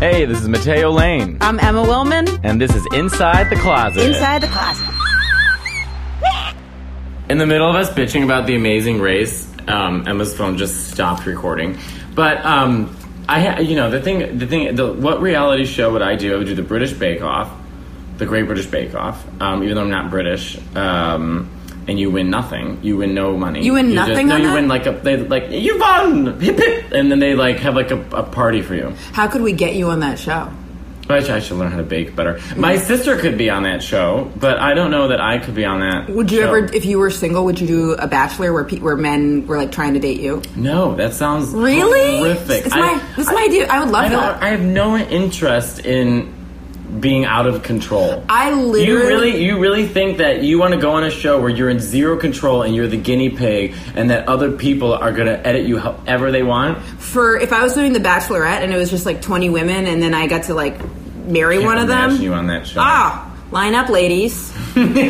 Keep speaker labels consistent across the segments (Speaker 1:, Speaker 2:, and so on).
Speaker 1: Hey, this is Mateo Lane,
Speaker 2: I'm Emma Willman.
Speaker 1: and this is Inside the Closet.
Speaker 2: Inside the closet.
Speaker 1: In the middle of us bitching about the amazing race, um, Emma's phone just stopped recording. But um, I, ha- you know, the thing, the thing, the, what reality show would I do? I would do the British Bake Off, the Great British Bake Off. Um, even though I'm not British, um, and you win nothing, you win no money.
Speaker 2: You win
Speaker 1: just-
Speaker 2: nothing
Speaker 1: no,
Speaker 2: on
Speaker 1: you
Speaker 2: that?
Speaker 1: win like a they like you won, hip hip, and then they like have like a, a party for you.
Speaker 2: How could we get you on that show?
Speaker 1: I should, I should learn how to bake better. My sister could be on that show, but I don't know that I could be on that.
Speaker 2: Would you
Speaker 1: show.
Speaker 2: ever, if you were single, would you do a bachelor where pe- where men were like trying to date you?
Speaker 1: No, that sounds
Speaker 2: Really?
Speaker 1: horrific.
Speaker 2: It's my, this is my idea. I would love
Speaker 1: I, don't,
Speaker 2: that.
Speaker 1: I have no interest in being out of control.
Speaker 2: I
Speaker 1: you
Speaker 2: literally.
Speaker 1: really, you really think that you want to go on a show where you're in zero control and you're the guinea pig, and that other people are going to edit you however they want?
Speaker 2: for if I was doing The Bachelorette and it was just like 20 women and then I got to like marry
Speaker 1: Can't
Speaker 2: one of
Speaker 1: imagine
Speaker 2: them.
Speaker 1: You on that show?
Speaker 2: ah, line up, ladies.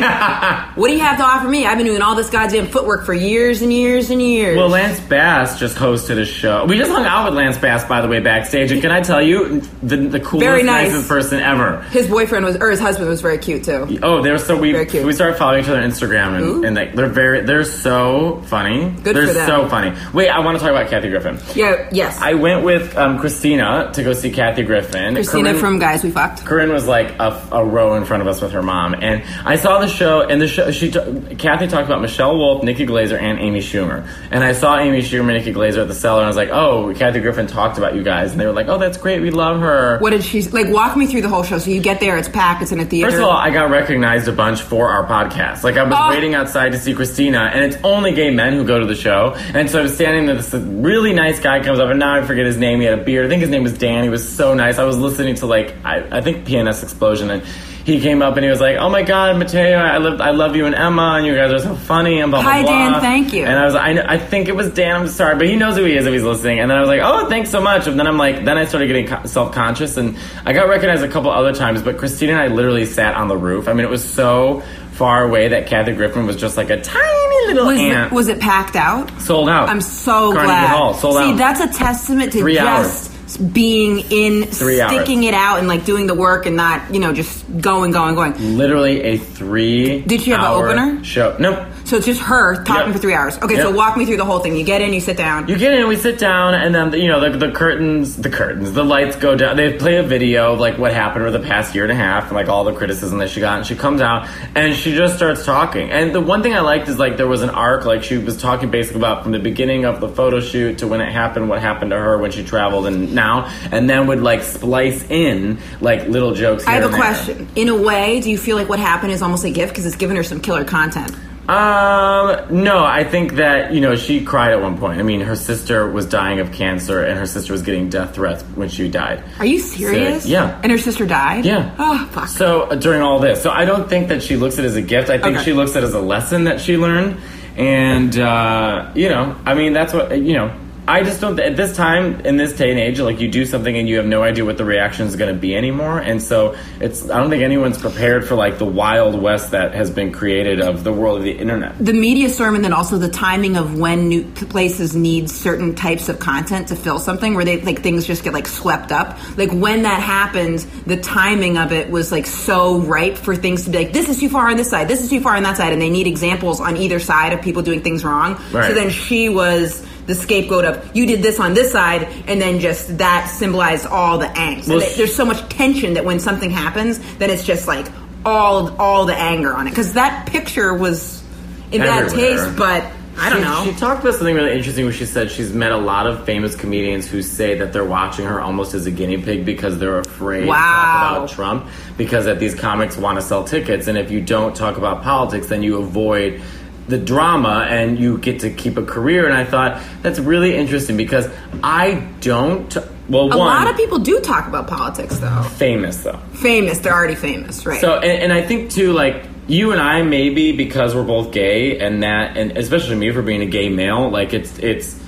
Speaker 2: what do you have to offer me? I've been doing all this goddamn footwork for years and years and years.
Speaker 1: Well, Lance Bass just hosted a show. We just hung out with Lance Bass, by the way, backstage. And can I tell you, the, the coolest,
Speaker 2: Very nice.
Speaker 1: nicest person ever.
Speaker 2: his boyfriend was, or his husband was very cute too.
Speaker 1: Oh, they're so we
Speaker 2: Very cute.
Speaker 1: we started following each other on Instagram and,
Speaker 2: Ooh.
Speaker 1: and like they're very they're so funny.
Speaker 2: Good
Speaker 1: they're
Speaker 2: for them.
Speaker 1: so funny. Wait, I want to talk about Kathy Griffin.
Speaker 2: Yeah, yes.
Speaker 1: I went with um, Christina to go see Kathy Griffin.
Speaker 2: Christina
Speaker 1: Corinne-
Speaker 2: from Guys We Fucked.
Speaker 1: Corinne was like a, a row in front of us with her mom, and I saw the show. And the show, she t- Kathy talked about Michelle Wolf, Nikki Glazer, and Amy Schumer. And I saw Amy Schumer, Nikki Glazer at the cellar, and I was like, "Oh, Kathy Griffin talked about you guys," and they were like, "Oh, that's great, we love her."
Speaker 2: What did she like? Walk me through the whole show. So you get there, it's packed, it's in a theater.
Speaker 1: First of all, I got recognized a bunch for our podcast. Like I was
Speaker 2: Oh.
Speaker 1: waiting outside to see Christina, and it's only gay men who go to the show. And so I was standing there. This really nice guy comes up, and now I forget his name. He had a beard. I think his name was Dan. He was so nice. I was listening to like I, I think PNS Explosion, and he came up and he was like, "Oh my God, Mateo, I love I love you and Emma, and you guys are so funny." And blah blah
Speaker 2: Hi,
Speaker 1: blah.
Speaker 2: Dan, thank you.
Speaker 1: And I was I, kn- I think it was Dan. I'm sorry, but he knows who he is if he's listening. And then I was like, "Oh, thanks so much." And then I'm like, then I started getting co- self conscious, and I got recognized a couple other times. But Christina and I literally sat on the roof. I mean, it was so far away that Kathy Griffin was just like a tiny little
Speaker 2: was,
Speaker 1: ant,
Speaker 2: it, was it packed out?
Speaker 1: sold out.
Speaker 2: I'm so
Speaker 1: Carnegie
Speaker 2: glad.
Speaker 1: Hall sold
Speaker 2: See,
Speaker 1: out.
Speaker 2: that's a testament to
Speaker 1: Three
Speaker 2: just being in,
Speaker 1: Three hours.
Speaker 2: sticking it out, and like doing the work, and not you know just going, going,
Speaker 1: Mm.
Speaker 2: going.
Speaker 1: literally a three.
Speaker 2: Did she have an
Speaker 1: hour
Speaker 2: opener?
Speaker 1: Show no.
Speaker 2: So it's just her talking
Speaker 1: Yep.
Speaker 2: for three hours. Okay, so
Speaker 1: Yep.
Speaker 2: walk me through the whole thing. You get in, you sit down.
Speaker 1: You get in, we sit down, and then you know the, the curtains, the curtains, the lights go down. They play a video of like what happened over the past year and a half, and like all the criticism that she got. And she comes out and she just starts talking. And the one thing I liked is like there was an arc. Like she was talking basically about from the beginning of the photo shoot to when it happened, what happened to her when she traveled, and now, and then would like splice in like little jokes.
Speaker 2: I
Speaker 1: here
Speaker 2: have
Speaker 1: and
Speaker 2: a
Speaker 1: there.
Speaker 2: question. In a way, do you feel like what happened is almost a gift because it's given her some killer content?
Speaker 1: Um, no, I think that, you know, she cried at one point. I mean, her sister was dying of cancer and her sister was getting death threats when she died.
Speaker 2: Are you serious?
Speaker 1: yeah.
Speaker 2: And her sister died.
Speaker 1: Yeah.
Speaker 2: Oh fuck.
Speaker 1: So uh, during all this, so I don't think that she looks at it as a gift. I think
Speaker 2: Okay.
Speaker 1: she looks at it as a lesson that she learned, and uh, you know, I mean, that's what you know. I just don't. At this time, in this day and age, like you do something and you have no idea what the reaction is going to be anymore, and so it's. I don't think anyone's prepared for like the wild west that has been created of the world of the internet.
Speaker 2: the media storm and then also the timing of when new p- places need certain types of content to fill something where they like things just get like swept up like when that happened the timing of it was like so ripe for things to be like this is too far on this side this is too far on that side and they need examples on either side of people doing things wrong
Speaker 1: Right.
Speaker 2: so then she was the scapegoat of you did this on this side and then just that symbolized all the angst
Speaker 1: Well,
Speaker 2: And th- there's so much tension that when something happens then it's just like all all the anger on it because that picture was in bad
Speaker 1: Everywhere.
Speaker 2: taste, but I don't
Speaker 1: she,
Speaker 2: know.
Speaker 1: She talked about something really interesting where she said she's met a lot of famous comedians who say that they're watching her almost as a guinea pig because they're afraid to talk
Speaker 2: Wow.
Speaker 1: about Trump because that these comics want to sell tickets and if you don't talk about politics then you avoid the drama and you get to keep a career and I thought that's really interesting because I don't well
Speaker 2: a
Speaker 1: one
Speaker 2: lot of people do talk about politics, though.
Speaker 1: famous though.
Speaker 2: Famous, they're already famous, right?
Speaker 1: So, and, and I think too, like you and I, maybe because we're both gay, and that, and especially me for being a gay male, like it's it's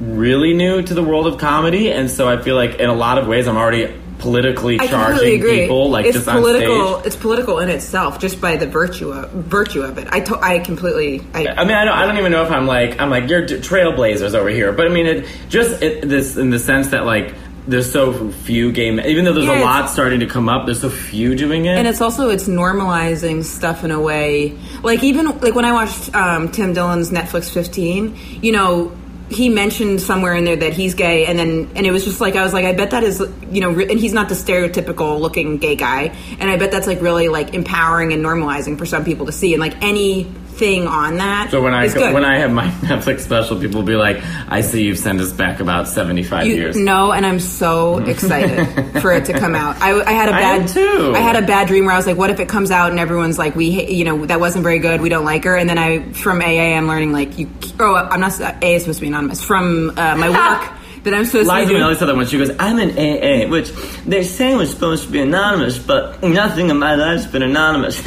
Speaker 1: really new to the world of comedy, and so I feel like in a lot of ways I'm already politically
Speaker 2: I completely
Speaker 1: charging
Speaker 2: agree.
Speaker 1: people, like
Speaker 2: it's
Speaker 1: just on
Speaker 2: political.
Speaker 1: stage.
Speaker 2: It's political in itself, just by the virtue of, virtue of it. I to, I completely. I,
Speaker 1: I mean, I don't, I don't even know if I'm like I'm like you're d- trailblazers over here, but I mean, it just it, this in the sense that like there's so few gay men. Even though there's
Speaker 2: Yeah,
Speaker 1: a lot
Speaker 2: it's-
Speaker 1: starting to come up, there's so few doing it.
Speaker 2: and it's also it's normalizing stuff in a way like even like when i watched um, tim dillon's netflix 15 you know he mentioned somewhere in there that he's gay and then and it was just like i was like i bet that is you know re- and he's not the stereotypical looking gay guy and i bet that's like really like empowering and normalizing for some people to see and like anything on that
Speaker 1: so when I
Speaker 2: is good.
Speaker 1: when I have my Netflix special, people will be like, "I see you've sent us back about seventy five
Speaker 2: You
Speaker 1: years."
Speaker 2: know, and I'm so excited for it to come out. I, I had a
Speaker 1: I
Speaker 2: bad,
Speaker 1: am too.
Speaker 2: I had a bad dream where I was like, "What if it comes out and everyone's like, we, ha- you know, that wasn't very good. We don't like her." And then I, from AA, I'm learning like, you, oh, I'm not. A is supposed to be anonymous. From uh, my work that I'm supposed
Speaker 1: Lied
Speaker 2: to.
Speaker 1: to me
Speaker 2: be
Speaker 1: on this other one. She goes, I'm an AA, which they say was supposed to be anonymous, but nothing in my life's been anonymous.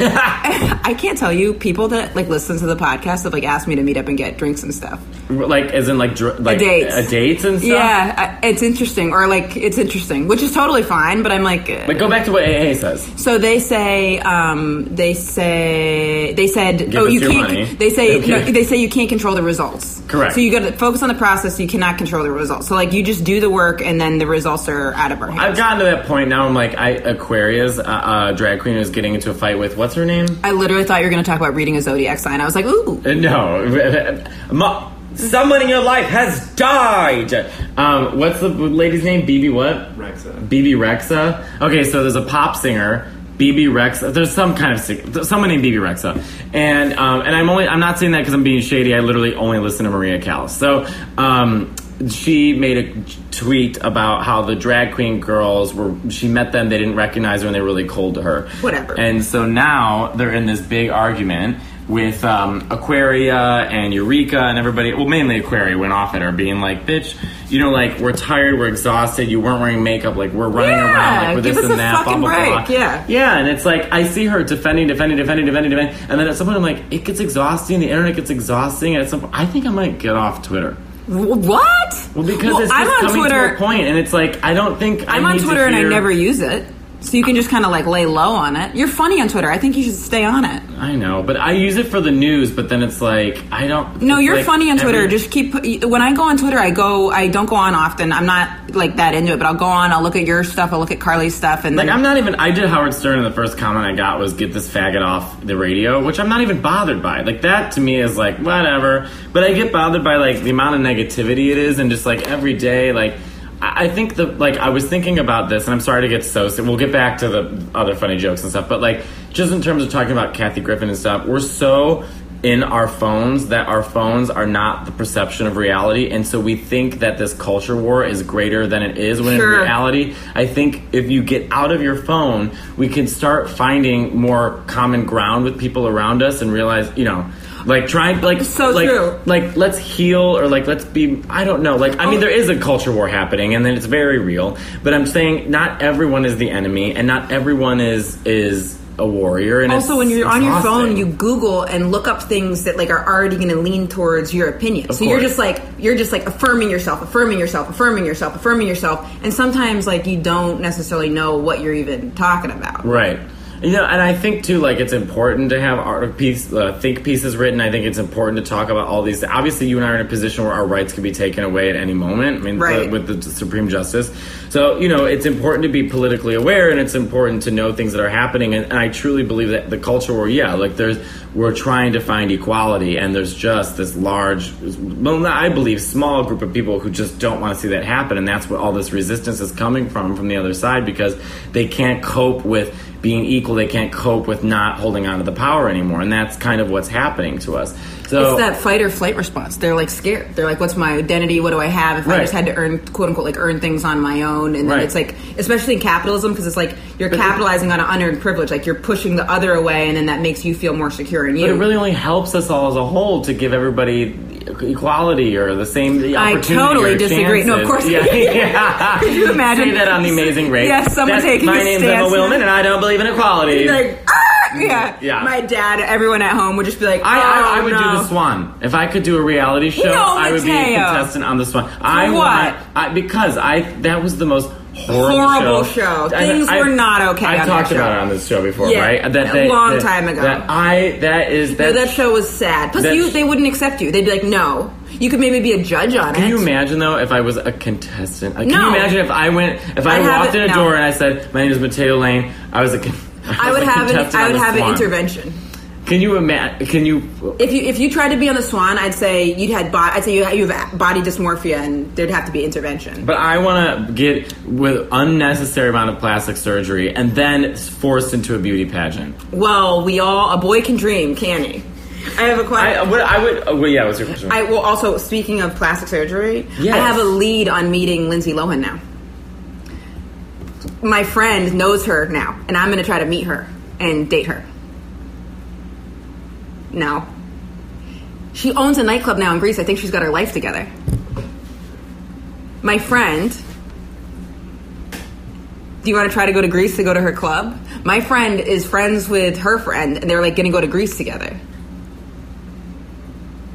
Speaker 2: I can't tell you people that like listen to the podcast have like asked me to meet up and get drinks and stuff.
Speaker 1: like, as in, like, dr- like
Speaker 2: dates.
Speaker 1: a dates and stuff?
Speaker 2: Yeah, I, it's interesting, or like it's interesting, which is totally fine. But I'm like, uh,
Speaker 1: But go back to what AA says.
Speaker 2: So they say, um, they say, they said, oh,
Speaker 1: us
Speaker 2: you
Speaker 1: your
Speaker 2: can't.
Speaker 1: money.
Speaker 2: They say,
Speaker 1: Okay.
Speaker 2: no, they say you can't control the results.
Speaker 1: Correct.
Speaker 2: So you got to focus on the process. You cannot control the results. So like, you just do the work, and then the results are out of our hands.
Speaker 1: I've gotten to that point now. I'm like, I, Aquarius, uh, uh, drag queen, is getting into a fight with what's her name?
Speaker 2: I literally thought you were going to talk about reading a zodiac sign. I was like, ooh,
Speaker 1: Uh, No, Mo- someone in your life has died. Um, what's the lady's name? BB what?
Speaker 3: Rexa.
Speaker 1: BB Rexa. Okay, so there's a pop singer. BB Rexa. There's some kind of sing- there's someone named BB Rexa, and um, and I'm only I'm not saying that because I'm being shady. I literally only listen to Maria Callas. So um, she made a tweet about how the drag queen girls were. She met them. They didn't recognize her, and they were really cold to her.
Speaker 2: Whatever.
Speaker 1: And and so now they're in this big argument with um, Aquaria and Eureka and everybody. Well, mainly Aquaria went off at her, being like, "Bitch, you know, like we're tired, we're exhausted. You weren't wearing makeup. Like we're running
Speaker 2: Yeah,
Speaker 1: around like with
Speaker 2: give
Speaker 1: this
Speaker 2: us
Speaker 1: and
Speaker 2: a
Speaker 1: that. Blah
Speaker 2: fucking
Speaker 1: blah
Speaker 2: break,
Speaker 1: blah.
Speaker 2: yeah.
Speaker 1: yeah." And it's like I see her defending, defending, defending, defending, defending, and then at some point I'm like, it gets exhausting. The internet gets exhausting. And at some point, I think I might get off Twitter.
Speaker 2: w- what?
Speaker 1: Well, because it's just
Speaker 2: I'm on
Speaker 1: coming
Speaker 2: Twitter.
Speaker 1: to a point, and it's like I don't think I
Speaker 2: I'm on
Speaker 1: need to
Speaker 2: Twitter, and I
Speaker 1: hear-
Speaker 2: never use it. So you can just kind of like lay low on it. You're funny on Twitter. I think you should stay on it.
Speaker 1: I know, but I use it for the news. But then it's like I don't.
Speaker 2: No,
Speaker 1: it's
Speaker 2: you're
Speaker 1: like
Speaker 2: funny on Twitter.
Speaker 1: every-
Speaker 2: Just keep. When I go on Twitter, I go. I don't go on often. I'm not like that into it, but I'll go on. I'll look at your stuff. I'll look at Carly's stuff, and
Speaker 1: Like
Speaker 2: then
Speaker 1: I'm not even. I did Howard Stern, and the first comment I got was "Get this faggot off the radio," which I'm not even bothered by. Like that to me is like whatever. But I get bothered by like the amount of negativity it is, and just like every day, like I I think the like I was thinking about this, and I'm sorry to get so. We'll get back to the other funny jokes and stuff, but like just in terms of talking about Kathy Griffin and stuff, we're so in our phones that our phones are not the perception of reality and so we think that this culture war is greater than it is when
Speaker 2: Sure.
Speaker 1: in reality reality, I think if you get out of your phone, we can start finding more common ground with people around us and realize, you know, like try like
Speaker 2: So
Speaker 1: like,
Speaker 2: true.
Speaker 1: like let's heal or like let's be I don't know like I
Speaker 2: Oh.
Speaker 1: mean there is a culture war happening and then it's very real but I'm saying not everyone is the enemy and not everyone is is a warrior and
Speaker 2: also
Speaker 1: it's
Speaker 2: when you're on your phone,
Speaker 1: exhausting.
Speaker 2: you Google and look up things that like are already going to lean towards your opinion. so you're
Speaker 1: course.
Speaker 2: just like you're just like affirming yourself, affirming yourself, affirming yourself, affirming yourself, and sometimes like you don't necessarily know what you're even talking about.
Speaker 1: Right. You know, and I think too, like it's important to have art piece, uh, think pieces written. I think it's important to talk about all these. Obviously, you and I are in a position where our rights can be taken away at any moment. I mean, the-
Speaker 2: Right.
Speaker 1: with the Supreme Justice. So you know, it's important to be politically aware, and it's important to know things that are happening. And, and I truly believe that the culture war, yeah, like there's we're trying to find equality, and there's just this large, well, I believe small group of people who just don't want to see that happen, and that's where all this resistance is coming from from the other side because they can't cope with being equal. They can't cope with not holding on to the power anymore, and that's kind of what's happening to us. So
Speaker 2: It's that fight or flight response. They're like scared. They're like, "What's my identity? What do I have? If I
Speaker 1: Right.
Speaker 2: just had to earn, quote unquote, like earn things on my own." And then
Speaker 1: Right.
Speaker 2: it's like, especially in capitalism, because it's like you're capitalizing on an unearned privilege. Like you're pushing the other away, and then that makes you feel more secure in you.
Speaker 1: But it really only helps us all as a whole to give everybody equality or the same opportunity.
Speaker 2: I totally
Speaker 1: or
Speaker 2: disagree. No, of
Speaker 1: chances.
Speaker 2: course-
Speaker 1: Yeah, yeah.
Speaker 2: Could you
Speaker 1: Say
Speaker 2: imagine?
Speaker 1: that on the Amazing Race.
Speaker 2: Yes, someone
Speaker 1: That's,
Speaker 2: taking
Speaker 1: My
Speaker 2: a
Speaker 1: name's
Speaker 2: stance.
Speaker 1: Emma Willman, and I don't believe in equality.
Speaker 2: like, ah! yeah.
Speaker 1: Mm, Yeah.
Speaker 2: My dad, everyone at home would just be like,
Speaker 1: I, I, I
Speaker 2: "Oh,
Speaker 1: would
Speaker 2: no.
Speaker 1: do the Swan if I could do a reality show.
Speaker 2: No,
Speaker 1: I would be a
Speaker 2: Mateo.
Speaker 1: contestant on the Swan. I
Speaker 2: what?
Speaker 1: want I, because I that was the most horrible,
Speaker 2: Horrible show.
Speaker 1: I-
Speaker 2: Things
Speaker 1: I-
Speaker 2: were not okay
Speaker 1: I
Speaker 2: on
Speaker 1: talked
Speaker 2: that show.
Speaker 1: about it on this show before,
Speaker 2: Yeah,
Speaker 1: right?
Speaker 2: a long time ago.
Speaker 1: That I that is that.
Speaker 2: No, that show was sad. Plus,
Speaker 1: that-
Speaker 2: you they wouldn't accept you. They'd be like, no. You could maybe be a judge on it.
Speaker 1: can you imagine though if I was a contestant? Like, Can
Speaker 2: No.
Speaker 1: you imagine if I went if I,
Speaker 2: I
Speaker 1: walked in
Speaker 2: haven't-
Speaker 1: a
Speaker 2: no.
Speaker 1: door and I said, "My name is Mateo Lane. I was a con-
Speaker 2: I
Speaker 1: was
Speaker 2: would
Speaker 1: a
Speaker 2: have an,
Speaker 1: contestant
Speaker 2: I
Speaker 1: on
Speaker 2: would
Speaker 1: The
Speaker 2: have an
Speaker 1: Swan."
Speaker 2: intervention.
Speaker 1: Can you imagine? Can you?
Speaker 2: If you if you tried to be on the Swan, I'd say you'd had bo- I'd say you you have body dysmorphia and there'd have to be intervention.
Speaker 1: But I want to get with unnecessary amount of plastic surgery and then forced into a beauty pageant.
Speaker 2: well, we all a boy can dream, can he? I have a question.
Speaker 1: I would. I would. uh, Well, yeah. What's your question?
Speaker 2: I well also speaking of plastic surgery,
Speaker 1: Yes.
Speaker 2: I have a lead on meeting Lindsay Lohan now. My friend knows her now, and I'm going to try to meet her and date her. No. She owns a nightclub now in Greece. I think she's got her life together. My friend do you want to try to go to Greece to go to her club? My friend is friends with her friend, and they're like going to go to Greece together.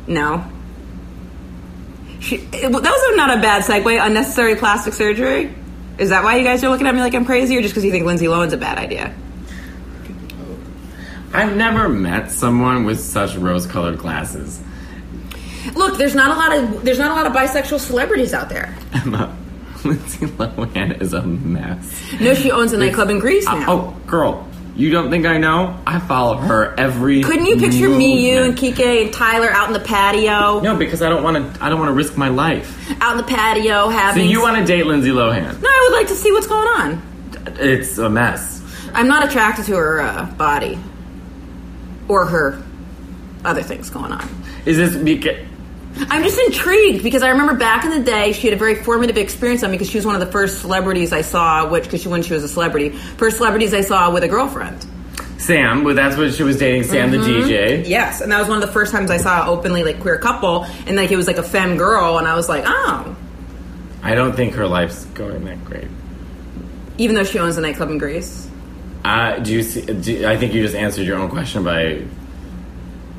Speaker 2: No. She, it- well, that was not a bad segue. Unnecessary plastic surgery. Is that why you guys are looking at me like I'm crazy, or just because you think Lindsay Lohan's a bad idea?
Speaker 1: I've never met someone with such rose-colored glasses.
Speaker 2: Look, there's not a lot of there's not a lot of bisexual celebrities out there.
Speaker 1: Emma, Lindsay Lohan is a mess.
Speaker 2: No, she owns a nightclub in Greece now.
Speaker 1: Oh, girl, you don't think I know? I follow her every.
Speaker 2: Couldn't you picture me, you, and
Speaker 1: movement.
Speaker 2: Kike and Tyler out in the patio?
Speaker 1: No, because I don't want to. I don't want to risk my life.
Speaker 2: Out in the patio
Speaker 1: So
Speaker 2: having.
Speaker 1: you want to date Lindsay Lohan?
Speaker 2: No, I would like to see what's going on.
Speaker 1: It's a mess.
Speaker 2: I'm not attracted to her uh, body or her other things going on.
Speaker 1: Is this because?
Speaker 2: I'm just intrigued because I remember back in the day she had a very formative experience on me because she was one of the first celebrities I saw, which because she when she was a celebrity, first celebrities I saw with a girlfriend.
Speaker 1: Sam, well, that's what she was dating. Sam,
Speaker 2: Mm-hmm.
Speaker 1: the DJ.
Speaker 2: Yes, and that was one of the first times I saw an openly like queer couple, and like it was like a femme girl, and I was like, oh,
Speaker 1: I don't think her life's going that great.
Speaker 2: even though she owns a nightclub in Greece.
Speaker 1: Uh, do you see, do, I think you just answered your own question by.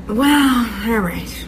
Speaker 2: Well, all right.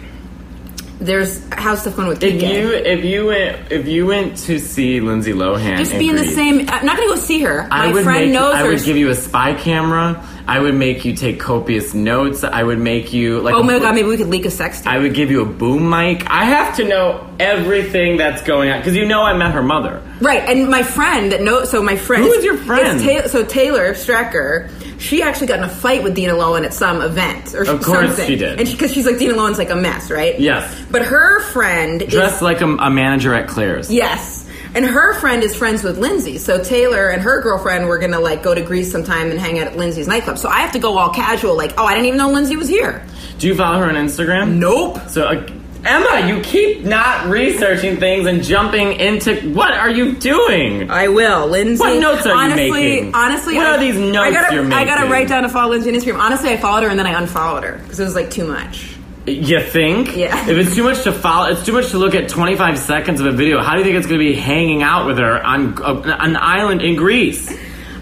Speaker 2: There's how's stuff going with
Speaker 1: If
Speaker 2: Kike?
Speaker 1: you if you went if you went to see Lindsay Lohan,
Speaker 2: just
Speaker 1: in
Speaker 2: be in the
Speaker 1: Greece,
Speaker 2: same. I'm not gonna go see her.
Speaker 1: I
Speaker 2: My
Speaker 1: would
Speaker 2: friend
Speaker 1: make,
Speaker 2: knows
Speaker 1: I
Speaker 2: her.
Speaker 1: would give you a spy camera. I would make you take copious notes. I would make you like.
Speaker 2: oh
Speaker 1: a
Speaker 2: my
Speaker 1: bo-
Speaker 2: god, maybe we could leak a sex tape.
Speaker 1: I would give you a boom mic. I have to know everything that's going on because you know I met her mother.
Speaker 2: Right, and my friend that no, so my friend
Speaker 1: Who is your friend?
Speaker 2: It's Ta- so Taylor Strecker, she actually got in a fight with Dina Lohan at some event or
Speaker 1: Of course
Speaker 2: something.
Speaker 1: she did.
Speaker 2: and because she's like Dina Lohan's like a mess, right?
Speaker 1: Yes.
Speaker 2: but her friend is
Speaker 1: Dressed like a, a manager at Claire's.
Speaker 2: yes, and her friend is friends with Lindsay. So Taylor and her girlfriend were gonna like go to Greece sometime and hang out at Lindsay's nightclub. So I have to go all casual, like, oh, I didn't even know Lindsay was here.
Speaker 1: Do you follow her on Instagram?
Speaker 2: Nope.
Speaker 1: So, uh, Emma, you keep not researching things and jumping into what are you doing?
Speaker 2: I will. Lindsay.
Speaker 1: What notes are you
Speaker 2: honestly,
Speaker 1: making?
Speaker 2: Honestly,
Speaker 1: What
Speaker 2: I-
Speaker 1: are these notes
Speaker 2: I gotta,
Speaker 1: you're
Speaker 2: I gotta
Speaker 1: making?
Speaker 2: write down to follow Lindsay on Instagram. Honestly, I followed her and then I unfollowed her because it was like too much.
Speaker 1: You think?
Speaker 2: Yeah.
Speaker 1: If it's too much to follow, it's too much to look at 25 seconds of a video. How do you think it's going to be hanging out with her on uh, an island in Greece?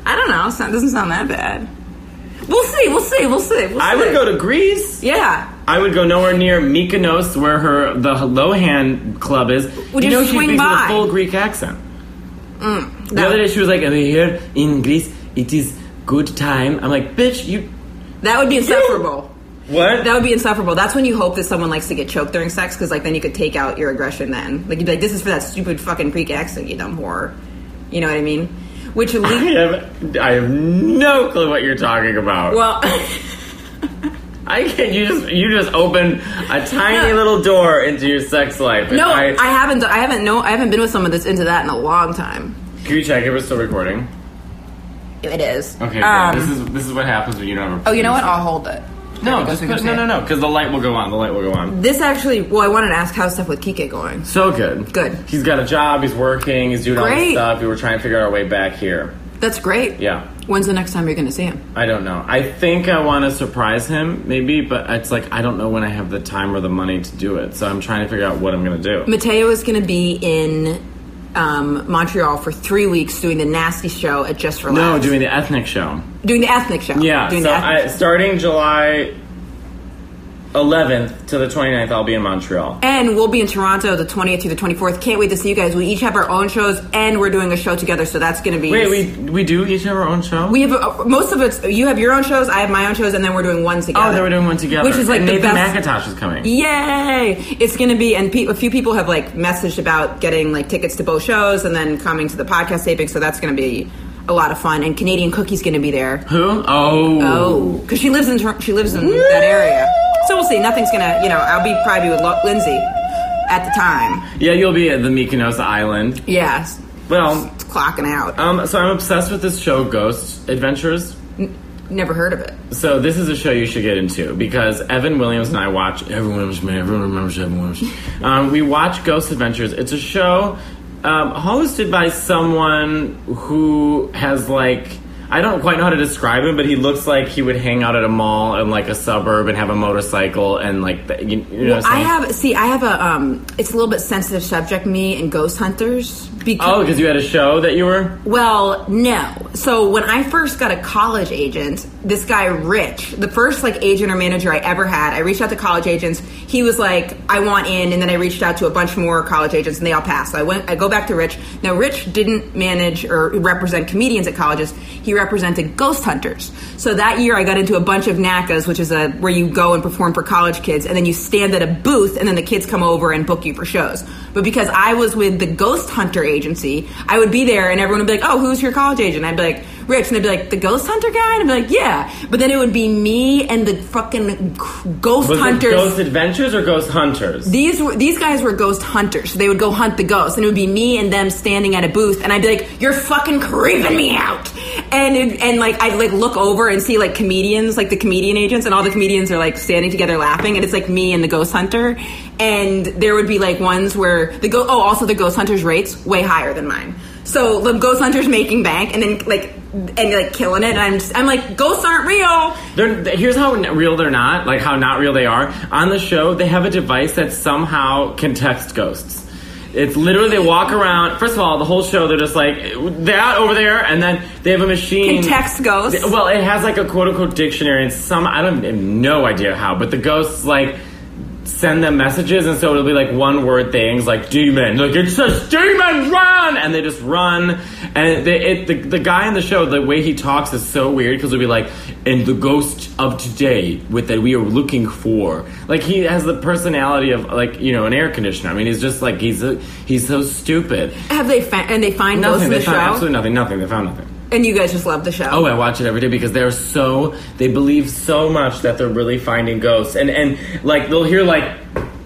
Speaker 2: I don't know. It doesn't sound that bad. We'll see. We'll see. We'll see. We'll
Speaker 1: I
Speaker 2: see.
Speaker 1: would go to Greece.
Speaker 2: Yeah.
Speaker 1: I would go nowhere near Mykonos, where her the Lohan club is.
Speaker 2: Would you
Speaker 1: know
Speaker 2: swing
Speaker 1: she speaks with
Speaker 2: by?
Speaker 1: a full Greek accent. The
Speaker 2: That,
Speaker 1: other day she was like, "Over here in Greece, it is good time." I'm like, "Bitch, you
Speaker 2: that would be insufferable.
Speaker 1: what?"
Speaker 2: That would be insufferable. That's when you hope that someone likes to get choked during sex because, like, then you could take out your aggression. Then, like, you'd be like, "This is for that stupid fucking Greek accent, you dumb whore." You know what I mean? Which
Speaker 1: I
Speaker 2: lead
Speaker 1: have, I have no clue what you're talking about.
Speaker 2: well.
Speaker 1: I can you just you just open a tiny
Speaker 2: No.
Speaker 1: little door into your sex life. and
Speaker 2: No, I,
Speaker 1: I,
Speaker 2: haven't. I haven't. No, I haven't been with someone that's into that in a long time.
Speaker 1: can you check if it's still recording?
Speaker 2: It is.
Speaker 1: Okay,
Speaker 2: Um,
Speaker 1: good. this is this is what happens when you don't have. A
Speaker 2: oh, you know what? I'll hold it.
Speaker 1: No,
Speaker 2: I guess
Speaker 1: just
Speaker 2: we can
Speaker 1: put,
Speaker 2: say
Speaker 1: no,
Speaker 2: it.
Speaker 1: no, no, because the light will go on. The light will go on.
Speaker 2: This actually. Well, I wanted to ask how's stuff with Kike going.
Speaker 1: So good.
Speaker 2: Good.
Speaker 1: He's got a job. He's working. He's doing all
Speaker 2: Great.
Speaker 1: this stuff. We were trying to figure our way back here.
Speaker 2: That's great.
Speaker 1: Yeah.
Speaker 2: When's the next time you're going to see him?
Speaker 1: I don't know. I think I want to surprise him, maybe, but it's like I don't know when I have the time or the money to do it. So I'm trying to figure out what I'm going to do.
Speaker 2: Mateo is going to be in um, Montreal for three weeks doing the nasty show at Just for
Speaker 1: No,
Speaker 2: Laughs.
Speaker 1: doing the ethnic show.
Speaker 2: doing the ethnic show.
Speaker 1: Yeah,
Speaker 2: doing
Speaker 1: so
Speaker 2: the ethnic
Speaker 1: I, starting July 11th to the 29th, I'll be in Montreal.
Speaker 2: And we'll be in Toronto the 20th to the 24th. Can't wait to see you guys. We each have our own shows and we're doing a show together, so that's going to be.
Speaker 1: Wait, we we do each have our own show.
Speaker 2: We have uh, most of it's you have your own shows, I have my own shows, and then we're doing one together.
Speaker 1: oh, then we're doing one together.
Speaker 2: Which is like
Speaker 1: and
Speaker 2: the
Speaker 1: Nathan
Speaker 2: best. E
Speaker 1: McIntosh is coming.
Speaker 2: Yay! It's going to be, and pe- a few people have like messaged about getting like tickets to both shows and then coming to the podcast taping, so that's going to be a lot of fun. And Canadian Cookie's going to be there.
Speaker 1: Who? Oh,
Speaker 2: Oh, because she lives in Tor- she lives in that area, so we'll see. Nothing's gonna, you know, I'll be probably with Lo- Lindsay at the time.
Speaker 1: yeah, you'll be at the Mykonos Island.
Speaker 2: Yes,
Speaker 1: Well,
Speaker 2: it's clocking out.
Speaker 1: um, so I'm obsessed with this show, Ghost Adventures.
Speaker 2: Never heard of it.
Speaker 1: So this is a show you should get into because Evan Williams and I watch. Everyone remembers me. Everyone remembers Evan Williams. um, we watch Ghost Adventures. It's a show um, hosted by someone who has like. I don't quite know how to describe him, but he looks like he would hang out at a mall in like a suburb and have a motorcycle and like the, you, you know. what I'm
Speaker 2: I
Speaker 1: saying?
Speaker 2: have see, I have a um, it's a little bit sensitive subject, me and ghost hunters
Speaker 1: Oh,
Speaker 2: because
Speaker 1: because you had a show that you were.
Speaker 2: Well, no. So when I first got a college agent, this guy Rich, the first like agent or manager I ever had, I reached out to college agents. He was like, "I want in," and then I reached out to a bunch more college agents, and they all passed. So I went, I go back to Rich. Now Rich didn't manage or represent comedians at colleges. He represented ghost hunters. So that year I got into a bunch of NACAs, which is a where you go and perform for college kids, and then you stand at a booth, and then the kids come over and book you for shows. But because I was with the ghost hunter agency, I would be there and everyone would be like, oh, who's your college agent? I'd be like, Rich. And they'd be like, the ghost hunter guy? And I'd be like, yeah. But then it would be me and the fucking ghost
Speaker 1: Was
Speaker 2: hunters.
Speaker 1: it Ghost Adventures or Ghost Hunters?
Speaker 2: these were these guys were ghost hunters. So they would go hunt the ghosts, and it would be me and them standing at a booth, and I'd be like, "You're fucking creeping me out," and it, and like I'd like look over and see like comedians, like the comedian agents, and all the comedians are like standing together laughing, and it's like me and the ghost hunter, and there would be like ones where the go oh also the ghost hunters rates way higher than mine. So the ghost hunter's making bank, and then like and like killing it, and I'm just, I'm like ghosts aren't real.
Speaker 1: They're, th- here's how n- real they're not, like how not real they are. On the show, they have a device that somehow can text ghosts. It's literally they walk around. First of all, the whole show they're just like that over there, and then they have a machine.
Speaker 2: Can text ghosts.
Speaker 1: Well, it has like a quote unquote dictionary, and some I don't I have no idea how, but the ghosts like send them messages, and so it'll be like one word things like demon, like it says demon run, and they just run. And they, it, the the guy in the show, the way he talks is so weird because it'll be like, and the ghost of today with that we are looking for, like he has the personality of like you know an air conditioner. I mean, he's just like he's a, he's so stupid.
Speaker 2: Have they fa- and they find ghosts
Speaker 1: Nothing.
Speaker 2: in
Speaker 1: They
Speaker 2: the
Speaker 1: found
Speaker 2: show,
Speaker 1: absolutely nothing. Nothing. They found nothing.
Speaker 2: and you guys just love the show.
Speaker 1: Oh, I watch it every day because they're so they believe so much that they're really finding ghosts, and and like they'll hear like,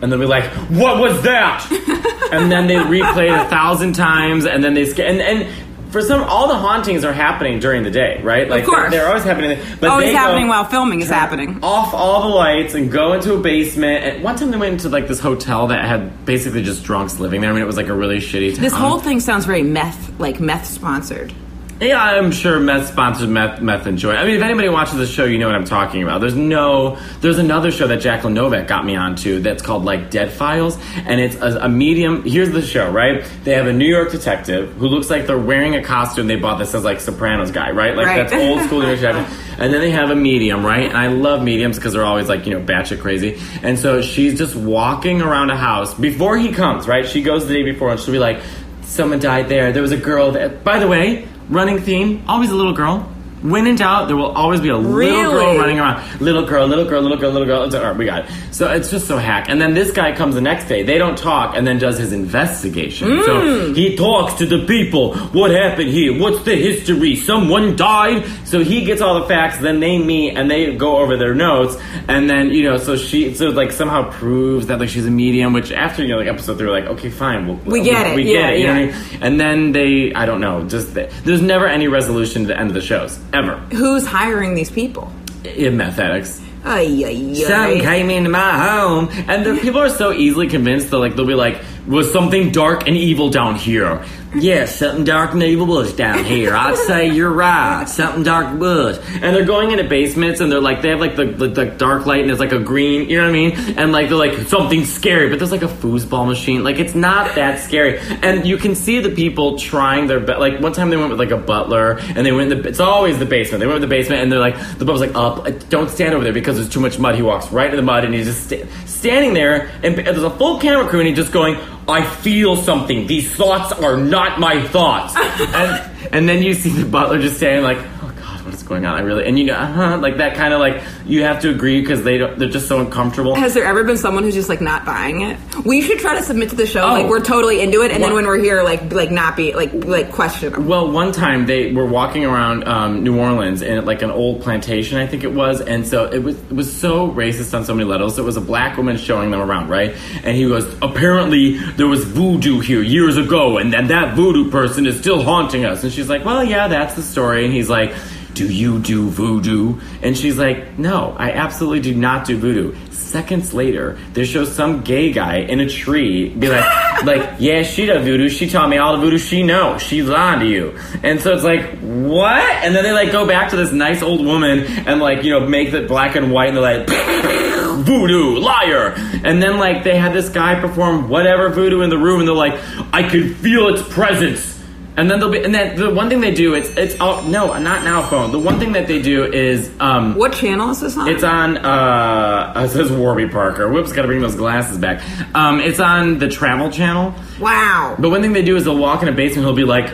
Speaker 1: and they'll be like, "What was that?" and then they replay it a thousand times, and then they sca- and and for some, all the hauntings are happening during the day, right? Like
Speaker 2: course.
Speaker 1: they're always happening, but
Speaker 2: always
Speaker 1: they go-
Speaker 2: Oh, happening while filming is happening.
Speaker 1: off all the lights and go into a basement. And one time they went into like this hotel that had basically just drunks living there. I mean, it was like a really shitty. Town.
Speaker 2: This whole thing sounds very meth, like meth sponsored.
Speaker 1: Yeah, I'm sure meth sponsored meth meth and joy. I mean, if anybody watches the show, you know what I'm talking about. There's no, there's another show that Jacqueline Novak got me onto that's called like Dead Files, and it's a, a medium. Here's the show, right? They have a New York detective who looks like they're wearing a costume they bought that says like Sopranos guy, right? Like
Speaker 2: Right.
Speaker 1: that's old school New York detective. And then they have a medium, right? And I love mediums because they're always like you know batshit crazy. And so she's just walking around a house before he comes, right? She goes the day before, and she'll be like. Someone died there. There was a girl that, by the way, running theme, always a little girl. When in doubt, there will always be a little girl
Speaker 2: Really?
Speaker 1: running around. Little girl, little girl, little girl, little girl. It's, all right, we got it. So it's just so hack. And then this guy comes the next day. They don't talk, and then does his investigation.
Speaker 2: Hmm.
Speaker 1: So he talks to the people. What happened here? What's the history? Someone died. So he gets all the facts. Then they meet, and they go over their notes. And then you know, so she, so like somehow proves that like she's a medium. Which after you know, like episode, they were like, okay, fine, we'll,
Speaker 2: We get it.
Speaker 1: we,
Speaker 2: Yeah,
Speaker 1: get it. You know
Speaker 2: yeah.
Speaker 1: what I mean? And then they, I don't know, just th there's never any resolution to the end of the shows ever.
Speaker 2: Who's hiring these people?
Speaker 1: In meth addicts,
Speaker 2: Ay, ay,
Speaker 1: some
Speaker 2: ay.
Speaker 1: came into my home, and the people are so easily convinced that like they'll be like, was something dark and evil down here.
Speaker 3: Yeah, something dark and evil was down here. I'd say you're right. Something dark was.
Speaker 1: And they're going into basements, and they're like, they have like the, the, the dark light, and it's like a green, you know what I mean? And like they're like something scary, but there's like a foosball machine. Like it's not that scary, and you can see the people trying their best. Like one time they went with like a butler, and they went in the. It's always the basement. They went in the basement, and they're like, the butler's like, up, uh, don't stand over there because there's too much mud. He walks right into the mud, and he's just sta- standing there, and there's a full camera crew, and he's just going, I feel something. These thoughts are not my thoughts. and, and then you see the butler just saying like, "Oh God, what is going on?" I really and you know, uh-huh, like that kind of like you have to agree because they don't, they're just so uncomfortable.
Speaker 2: Has there ever been someone who's just like not buying it? We should try to submit to the show.
Speaker 1: Oh.
Speaker 2: Like we're totally into it, and then
Speaker 1: What?
Speaker 2: when we're here, like b- like not be like like question. them.
Speaker 1: Well, one time they were walking around um, New Orleans in like an old plantation, I think it was, and so it was it was so racist on so many levels. It was a black woman showing them around, right? And he goes, apparently there was voodoo here years ago, and then that voodoo person is still haunting us. And she's like, well, yeah, that's the story. And he's like. Do you do voodoo? And she's like, No, I absolutely do not do voodoo. Seconds later, they show some gay guy in a tree be like, like, yeah, she does voodoo. She taught me all the voodoo she know. She's lying to you. And so it's like, what? And then they like go back to this nice old woman and like, you know, make it black and white and they're like voodoo liar and then like they had this guy perform whatever voodoo in the room and they're like i can feel its presence and then they'll be and then the one thing they do it's it's all no not now phone the one thing that they do is um
Speaker 2: What channel is this on?
Speaker 1: it's on uh it says warby parker whoops gotta bring those glasses back um it's on the travel channel
Speaker 2: wow.
Speaker 1: but one thing they do is they'll walk in a basement and he'll be like,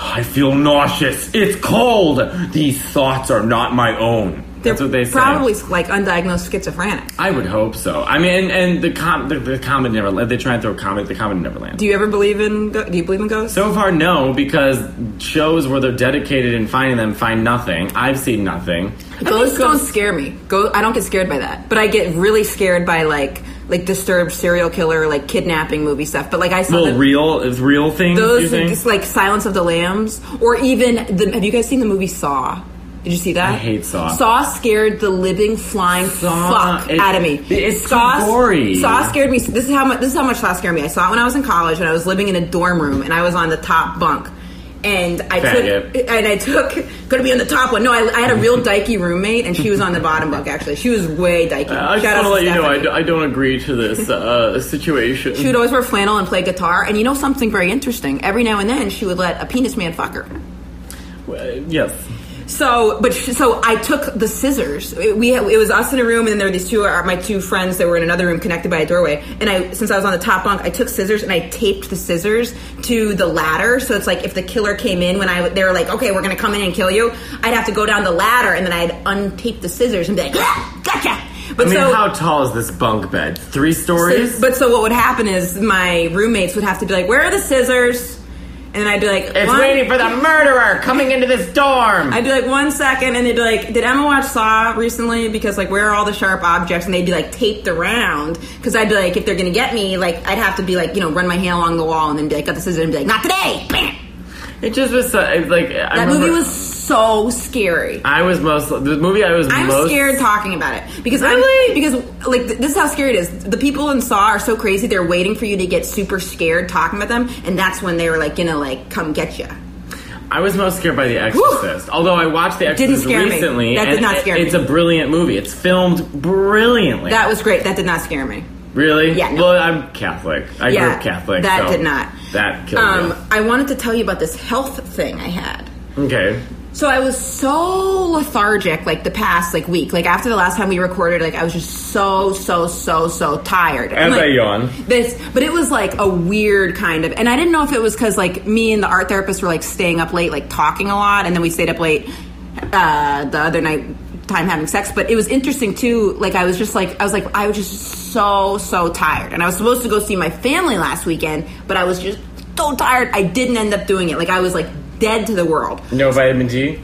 Speaker 1: I feel nauseous. It's cold. These thoughts are not my own.
Speaker 2: They're
Speaker 1: That's what they say.
Speaker 2: Probably like undiagnosed schizophrenic.
Speaker 1: I would hope so. I mean, and, and the com the, the comet never land. They try and throw a comet. The comet never lands.
Speaker 2: Do you ever believe in? go- Do you believe in ghosts?
Speaker 1: so far, no, because shows where they're dedicated in finding them find nothing. I've seen nothing.
Speaker 2: Ghosts don't scare me. Go. I don't get scared by that, but I get really scared by like like disturbed serial killer, like kidnapping movie stuff. But like I saw
Speaker 1: Well,
Speaker 2: the-
Speaker 1: real is real things. you
Speaker 2: those
Speaker 1: think?
Speaker 2: just, like Silence of the Lambs, or even the, have you guys seen the movie Saw? Did you see that?
Speaker 1: I hate Saw.
Speaker 2: Saw scared the living flying
Speaker 1: Saw,
Speaker 2: fuck
Speaker 1: it-
Speaker 2: out of me.
Speaker 1: it's too
Speaker 2: Saw,
Speaker 1: gory.
Speaker 2: Saw scared me. This is how much. This is how much Saw scared me. I saw it when I was in college, and I was living in a dorm room, and I was on the top bunk. And I
Speaker 1: Faggot.
Speaker 2: took, and I took, gonna be on the top one. No, I, I had a real dykey roommate, and she was on the bottom bunk. Actually, she was way dykey.
Speaker 1: I just
Speaker 2: Shout out
Speaker 1: want to let you know I,
Speaker 2: Stephanie.
Speaker 1: d- I don't agree to this uh, situation.
Speaker 2: She would always wear flannel and play guitar. And you know something very interesting? Every now and then, she would let a penis man fuck her.
Speaker 1: Uh, yes.
Speaker 2: So, but sh- so I took the scissors. It- We it was us in a room, and then there were these two uh, my two friends that were in another room connected by a doorway. And I, since I was on the top bunk, I took scissors and I taped the scissors to the ladder. So it's like if the killer came in when I they were like, okay, we're gonna come in and kill you, I'd have to go down the ladder, and then I'd untape the scissors and be like, "Ah, gotcha. But
Speaker 1: I mean,
Speaker 2: so.
Speaker 1: how tall is this bunk bed? Three stories.
Speaker 2: so- but so what would happen is my roommates would have to be like, "Where are the scissors?" And then I'd be like,
Speaker 1: it's
Speaker 2: "One,
Speaker 1: waiting for the murderer coming into this dorm.
Speaker 2: I'd be like, one second, and they'd be like, did Emma watch Saw recently? Because, like, where are all the sharp objects? And they'd be like, taped around. Because I'd be like, if they're going to get me, like, I'd have to be like, you know, run my hand along the wall and then be like, got the scissors and be like, not today! Bam!
Speaker 1: It just was so, it, like I
Speaker 2: That
Speaker 1: remember-
Speaker 2: movie was so scary.
Speaker 1: I was most the movie I was
Speaker 2: I'm
Speaker 1: most
Speaker 2: scared talking about it because
Speaker 1: Really?
Speaker 2: I'm because like th- this is how scary it is. The people in Saw are so crazy; they're waiting for you to get super scared talking about them, and that's when they were like gonna like come get you.
Speaker 1: I was most scared by The Exorcist. Although I watched The
Speaker 2: didn't
Speaker 1: Exorcist
Speaker 2: scare me.
Speaker 1: recently,
Speaker 2: That did
Speaker 1: and
Speaker 2: not scare
Speaker 1: it- It's
Speaker 2: me.
Speaker 1: a brilliant movie. It's filmed brilliantly.
Speaker 2: That was great. That did not scare me.
Speaker 1: really?
Speaker 2: Yeah, no.
Speaker 1: Well, I'm Catholic. I grew up Catholic.
Speaker 2: That
Speaker 1: so
Speaker 2: did not.
Speaker 1: That killed
Speaker 2: um, I wanted to tell you about this health thing I had.
Speaker 1: me. Okay.
Speaker 2: So I was so lethargic like the past like week. Like after the last time we recorded, like I was just so, so, so, so tired.
Speaker 1: As
Speaker 2: And, like,
Speaker 1: I yawn.
Speaker 2: This but it was like a weird kind of and I didn't know if it was cause like me and the art therapist were like staying up late, like talking a lot, and then we stayed up late uh the other night time having sex but it was interesting too like i was just like i was like i was just so so tired and i was supposed to go see my family last weekend but i was just so tired i didn't end up doing it like i was like dead to the world
Speaker 1: No vitamin D.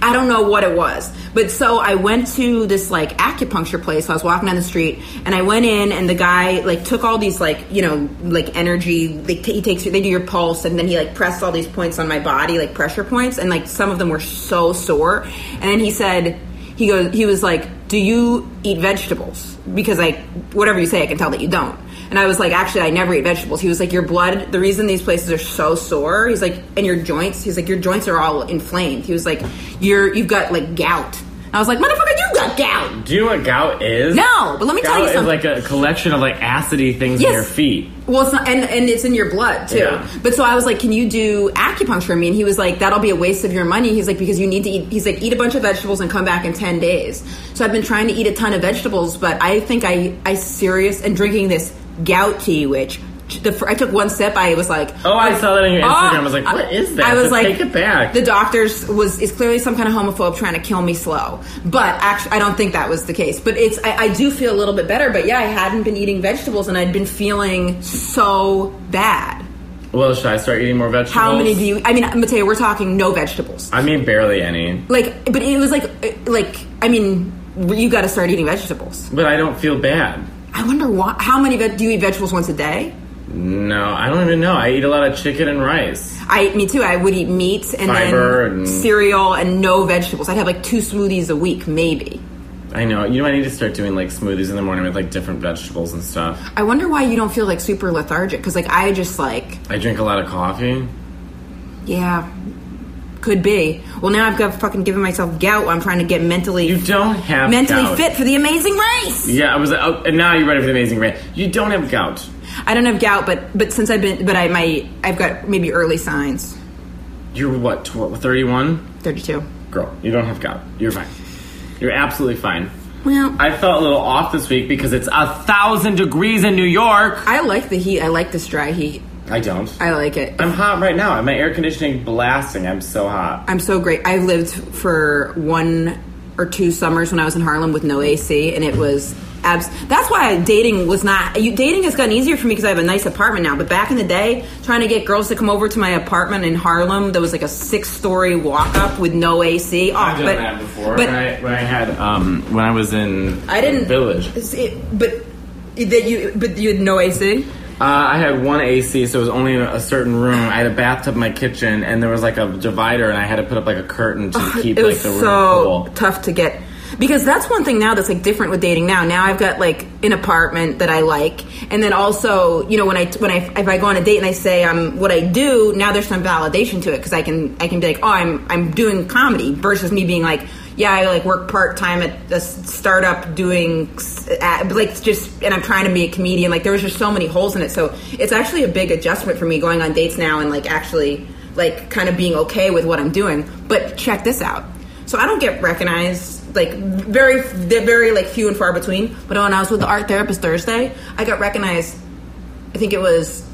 Speaker 2: I don't know what it was. But so I went to this like acupuncture place. I was walking down the street and I went in and the guy like took all these like, you know, like energy, they t- he takes, they do your pulse and then he like pressed all these points on my body, like pressure points. And like some of them were so sore. And then he said, he goes, he was like, do you eat vegetables? Because I, whatever you say, I can tell that you don't. And I was like, actually, I never eat vegetables. He was like, your blood. The reason these places are so sore, he's like, and your joints. He's like, your joints are all inflamed. He was like, you're you've got like gout. I was like, motherfucker, you got gout.
Speaker 1: Do you know what gout is?
Speaker 2: No, but let me
Speaker 1: Gout
Speaker 2: tell you something.
Speaker 1: is like a collection of like acidy things in
Speaker 2: Yes.
Speaker 1: your feet.
Speaker 2: Well, it's not, and and it's in your blood too.
Speaker 1: Yeah.
Speaker 2: But so I was like, "Can you do acupuncture for me?" And he was like, "That'll be a waste of your money." He's like, "Because you need to eat." He's like, "Eat a bunch of vegetables and come back in ten days." So I've been trying to eat a ton of vegetables, but I think I I serious and drinking this gout tea, which the fir- I took one sip, I was like,
Speaker 1: Oh, I saw that on your Instagram.
Speaker 2: "Oh."
Speaker 1: I was like, what is that?
Speaker 2: I was
Speaker 1: So
Speaker 2: like,
Speaker 1: take it back.
Speaker 2: The doctor's was is clearly some kind of homophobe trying to kill me slow. But actually, I don't think that was the case. But it's I, I do feel a little bit better. But yeah, I hadn't been eating vegetables and I'd been feeling so bad.
Speaker 1: well, should I start eating more vegetables?
Speaker 2: How many do you? I mean, Mateo, we're talking no vegetables.
Speaker 1: I mean, barely any.
Speaker 2: Like, but it was like, like I mean, you got to start eating vegetables.
Speaker 1: But I don't feel bad.
Speaker 2: I wonder why. How many ve- do you eat vegetables once a day?
Speaker 1: No, I don't even know. I eat a lot of chicken and rice.
Speaker 2: I me too. I would eat meat and
Speaker 1: Fiber
Speaker 2: then
Speaker 1: and-
Speaker 2: cereal and no vegetables. I'd have like two smoothies a week, maybe.
Speaker 1: I know. You know, I need to start doing like smoothies in the morning with like different vegetables and stuff.
Speaker 2: I wonder why you don't feel like super lethargic because like I just like
Speaker 1: I drink a lot of coffee.
Speaker 2: yeah, could be. Well, now I've got fucking given myself gout. While I'm trying to get mentally
Speaker 1: You don't have
Speaker 2: mentally
Speaker 1: gout.
Speaker 2: fit for the amazing race.
Speaker 1: Yeah, I was. Oh, and now you're ready for the amazing rant. You don't have gout.
Speaker 2: I don't have gout, but but since I've been but I my I've got maybe early signs.
Speaker 1: You're what? Thirty-one,
Speaker 2: Thirty two.
Speaker 1: girl. You don't have gout. You're fine. You're absolutely fine.
Speaker 2: Well, I,
Speaker 1: I felt a little off this week because it's a thousand degrees in New York.
Speaker 2: like the heat. I like this dry heat.
Speaker 1: I don't.
Speaker 2: I like it.
Speaker 1: I'm hot right now. My air conditioning blasting. I'm so hot.
Speaker 2: I'm so great. I lived for one or two summers when I was in Harlem with no AC, and it was abs. That's why dating was not. You, dating has gotten easier for me because I have a nice apartment now. But back in the day, trying to get girls to come over to my apartment in Harlem, there was like a six story walk up with no AC. Oh,
Speaker 1: I've done
Speaker 2: but,
Speaker 1: that before.
Speaker 2: But
Speaker 1: when, I, when I had um when I was in
Speaker 2: I didn't.
Speaker 1: village.
Speaker 2: Is it- but that you. But you had no AC.
Speaker 1: Uh, I had one AC, so it was only in a certain room. I had a bathtub in my kitchen, and there was like a divider, and I had to put up like a curtain to keep
Speaker 2: it
Speaker 1: like
Speaker 2: was
Speaker 1: the room
Speaker 2: so
Speaker 1: cool.
Speaker 2: tough to get because that's one thing now that's like different with dating now now i've got like an apartment that i like and then also you know when i when i if i go on a date and i say i'm what i do now there's some validation to it because i can i can be like oh i'm i'm doing comedy versus me being like yeah i like work part-time at a s- startup doing s- at, like just and i'm trying to be a comedian like there was just so many holes in it so it's actually a big adjustment for me going on dates now and like actually like kind of being okay with what i'm doing but check this out so I don't get recognized like very they're very like few and far between. But when I was with the art therapist Thursday, I got recognized. I think it was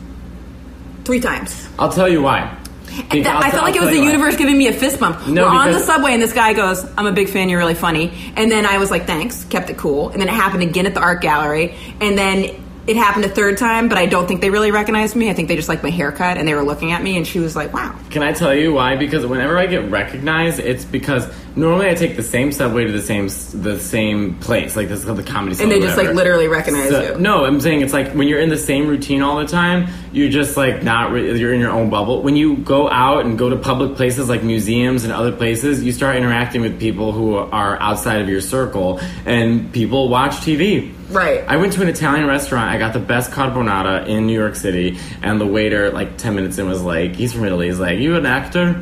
Speaker 2: three times.
Speaker 1: I'll tell you why. Think- I'll t-
Speaker 2: I felt like it
Speaker 1: I'll tell
Speaker 2: was the
Speaker 1: you why.
Speaker 2: universe giving me a fist bump.
Speaker 1: No,
Speaker 2: We're on the
Speaker 1: because-
Speaker 2: subway and this guy goes, "I'm a big fan. You're really funny." And then I was like, "Thanks." Kept it cool. And then it happened again at the art gallery. And then it happened a third time, but I don't think they really recognized me. I think they just liked my haircut and they were looking at me. And she was like, "Wow."
Speaker 1: Can I tell you why? Because whenever I get recognized, it's because normally I take the same subway to the same s- the same place, like this is called the comedy. Cell
Speaker 2: And they
Speaker 1: or
Speaker 2: just like
Speaker 1: Oh, whatever.
Speaker 2: literally recognized
Speaker 1: So-
Speaker 2: you.
Speaker 1: No, I'm saying it's like when you're in the same routine all the time, you're just like not re- you're in your own bubble. When you go out and go to public places like museums and other places, you start interacting with people who are outside of your circle, and people watch TV.
Speaker 2: Right.
Speaker 1: I went to an Italian restaurant. I got the best carbonara in New York City, and the waiter, like ten minutes in, was like, "He's from Italy." He's like, "You an actor?"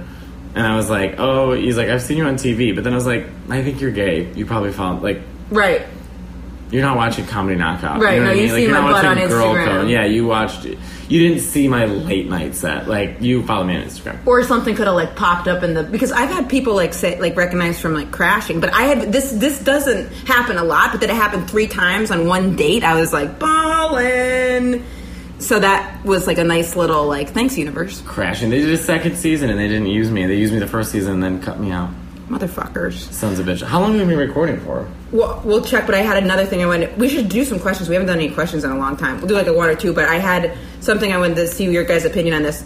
Speaker 1: And I was like, "Oh." He's like, "I've seen you on TV," but then I was like, "I think you're gay. You probably found like."
Speaker 2: Right.
Speaker 1: You're not watching Comedy Knockout,
Speaker 2: Right,
Speaker 1: You know
Speaker 2: no,
Speaker 1: what I
Speaker 2: you
Speaker 1: mean?
Speaker 2: see
Speaker 1: you're
Speaker 2: my
Speaker 1: not
Speaker 2: butt
Speaker 1: watching
Speaker 2: on
Speaker 1: Girl
Speaker 2: Instagram.
Speaker 1: Code. Yeah, you watched. You didn't see my late night set. Like you follow me on Instagram.
Speaker 2: or something could have like popped up in the because I've had people like say like recognized from like crashing, but I had this this doesn't happen a lot, but that it happened three times on one date. I was like ballin'. So that was like a nice little like thanks universe,
Speaker 1: Crashing. They did a second season and they didn't use me. They used me the first season and then cut me out.
Speaker 2: motherfuckers.
Speaker 1: Sons of bitch. How long have we been recording for?
Speaker 2: We'll, we'll check, but I had another thing I wanted. We should do some questions. We haven't done any questions in a long time. We'll do like a one or two, but I had something I wanted to see your guys' opinion on this.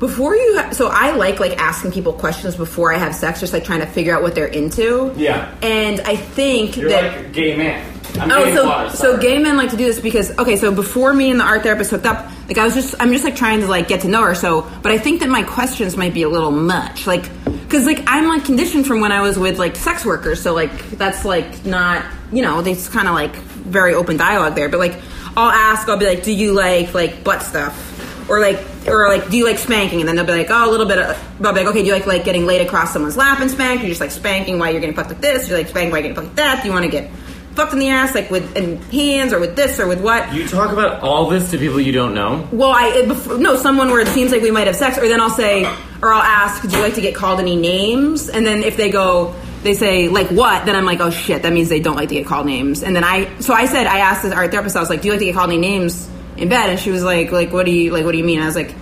Speaker 2: Before you, ha- so I like like asking people questions before I have sex, just like trying to figure out what they're into.
Speaker 1: Yeah.
Speaker 2: And I think that
Speaker 1: a gay man. I'm
Speaker 2: oh, so so gay men like to do this because okay, so before me and the art therapist hooked up, like I was just I'm just like trying to like get to know her. So, but I think that my questions might be a little much, like because like I'm like conditioned from when I was with like sex workers, so like that's like not you know it's kind of like very open dialogue there, but like. I'll ask. I'll be like, "Do you like like butt stuff?" Or like, or like, do you like spanking? And then they'll be like, oh, a little bit. Of, I'll be like, okay, do you like like getting laid across someone's lap and spanked? Or you just like spanking while you're getting fucked like this? Or you like spanking while you're getting fucked like that? Do you want to get fucked in the ass like with in hands or with this or with what?
Speaker 1: You talk about all this to people you don't know.
Speaker 2: Well, I it, bef- no someone where it seems like we might have sex, or then I'll say, or I'll ask, "Do you like to get called any names?" And then if they go, they say like what? Then I'm like, "Oh shit, that means they don't like to get called names." And then I, so I said, I asked this art therapist, I was like, "Do you like to get called any names in bed?" And she was like, "Like what do you like? What do you mean?" And I was like,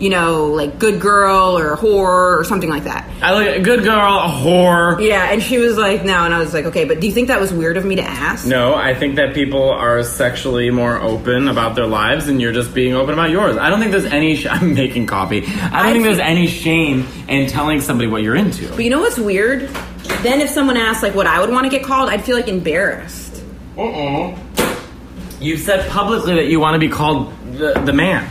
Speaker 2: "You know, like good girl or whore or something like that."
Speaker 1: I like a good girl, a whore.
Speaker 2: Yeah, and she was like, "No," and I was like, "Okay, but do you think that was weird of me to ask?"
Speaker 1: No, I think that people are sexually more open about their lives, and you're just being open about yours. I don't think there's any. Sh- I'm making coffee. I don't
Speaker 2: I
Speaker 1: think there's
Speaker 2: think-
Speaker 1: any shame in telling somebody what you're into.
Speaker 2: But you know what's weird? Then if someone asked like what I would want to get called, I'd feel like embarrassed.
Speaker 1: Uh-uh. You've said publicly that you want to be called the, the man.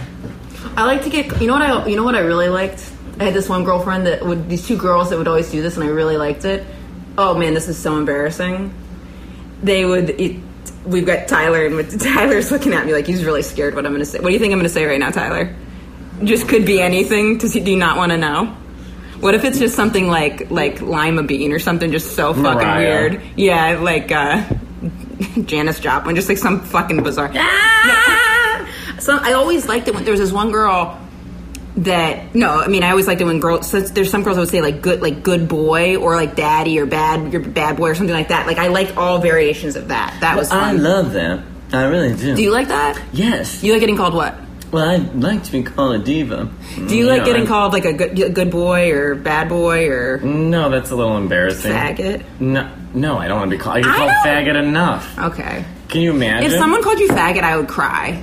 Speaker 4: I like to get. You know what I? You know what I really liked. I had this one girlfriend that would these two girls that would always do this, and I really liked it.
Speaker 2: Oh man, this is so embarrassing. They would. It, we've got Tyler, and with- Tyler's looking at me like he's really scared. What I'm going to say? What do you think I'm going to say right now, Tyler? Just could be anything. Does he, do you not want to know? What if it's just something like like lima bean or something just so fucking
Speaker 1: Mariah.
Speaker 2: weird? Yeah, like uh, Janis Joplin, just like some fucking bizarre. Some, I always liked it when there was this one girl that no, I mean I always liked it when girls. Since there's some girls that would say like good, like good boy, or like daddy, or bad, you're a bad boy, or something like that. Like I liked all variations of that. That was
Speaker 1: I
Speaker 2: fun.
Speaker 1: love that. I really do.
Speaker 2: Do you like that?
Speaker 1: yes.
Speaker 2: You like getting called what?
Speaker 1: well, I like to be called a diva.
Speaker 2: Do you like getting called like a good, a good boy or bad boy or
Speaker 1: No, that's a little embarrassing.
Speaker 2: fagget?
Speaker 1: No, no, I don't want to be called. I get
Speaker 2: I
Speaker 1: called
Speaker 2: don't-
Speaker 1: faggot enough.
Speaker 2: Okay.
Speaker 1: Can you imagine?
Speaker 2: If someone called you faggot, I would cry.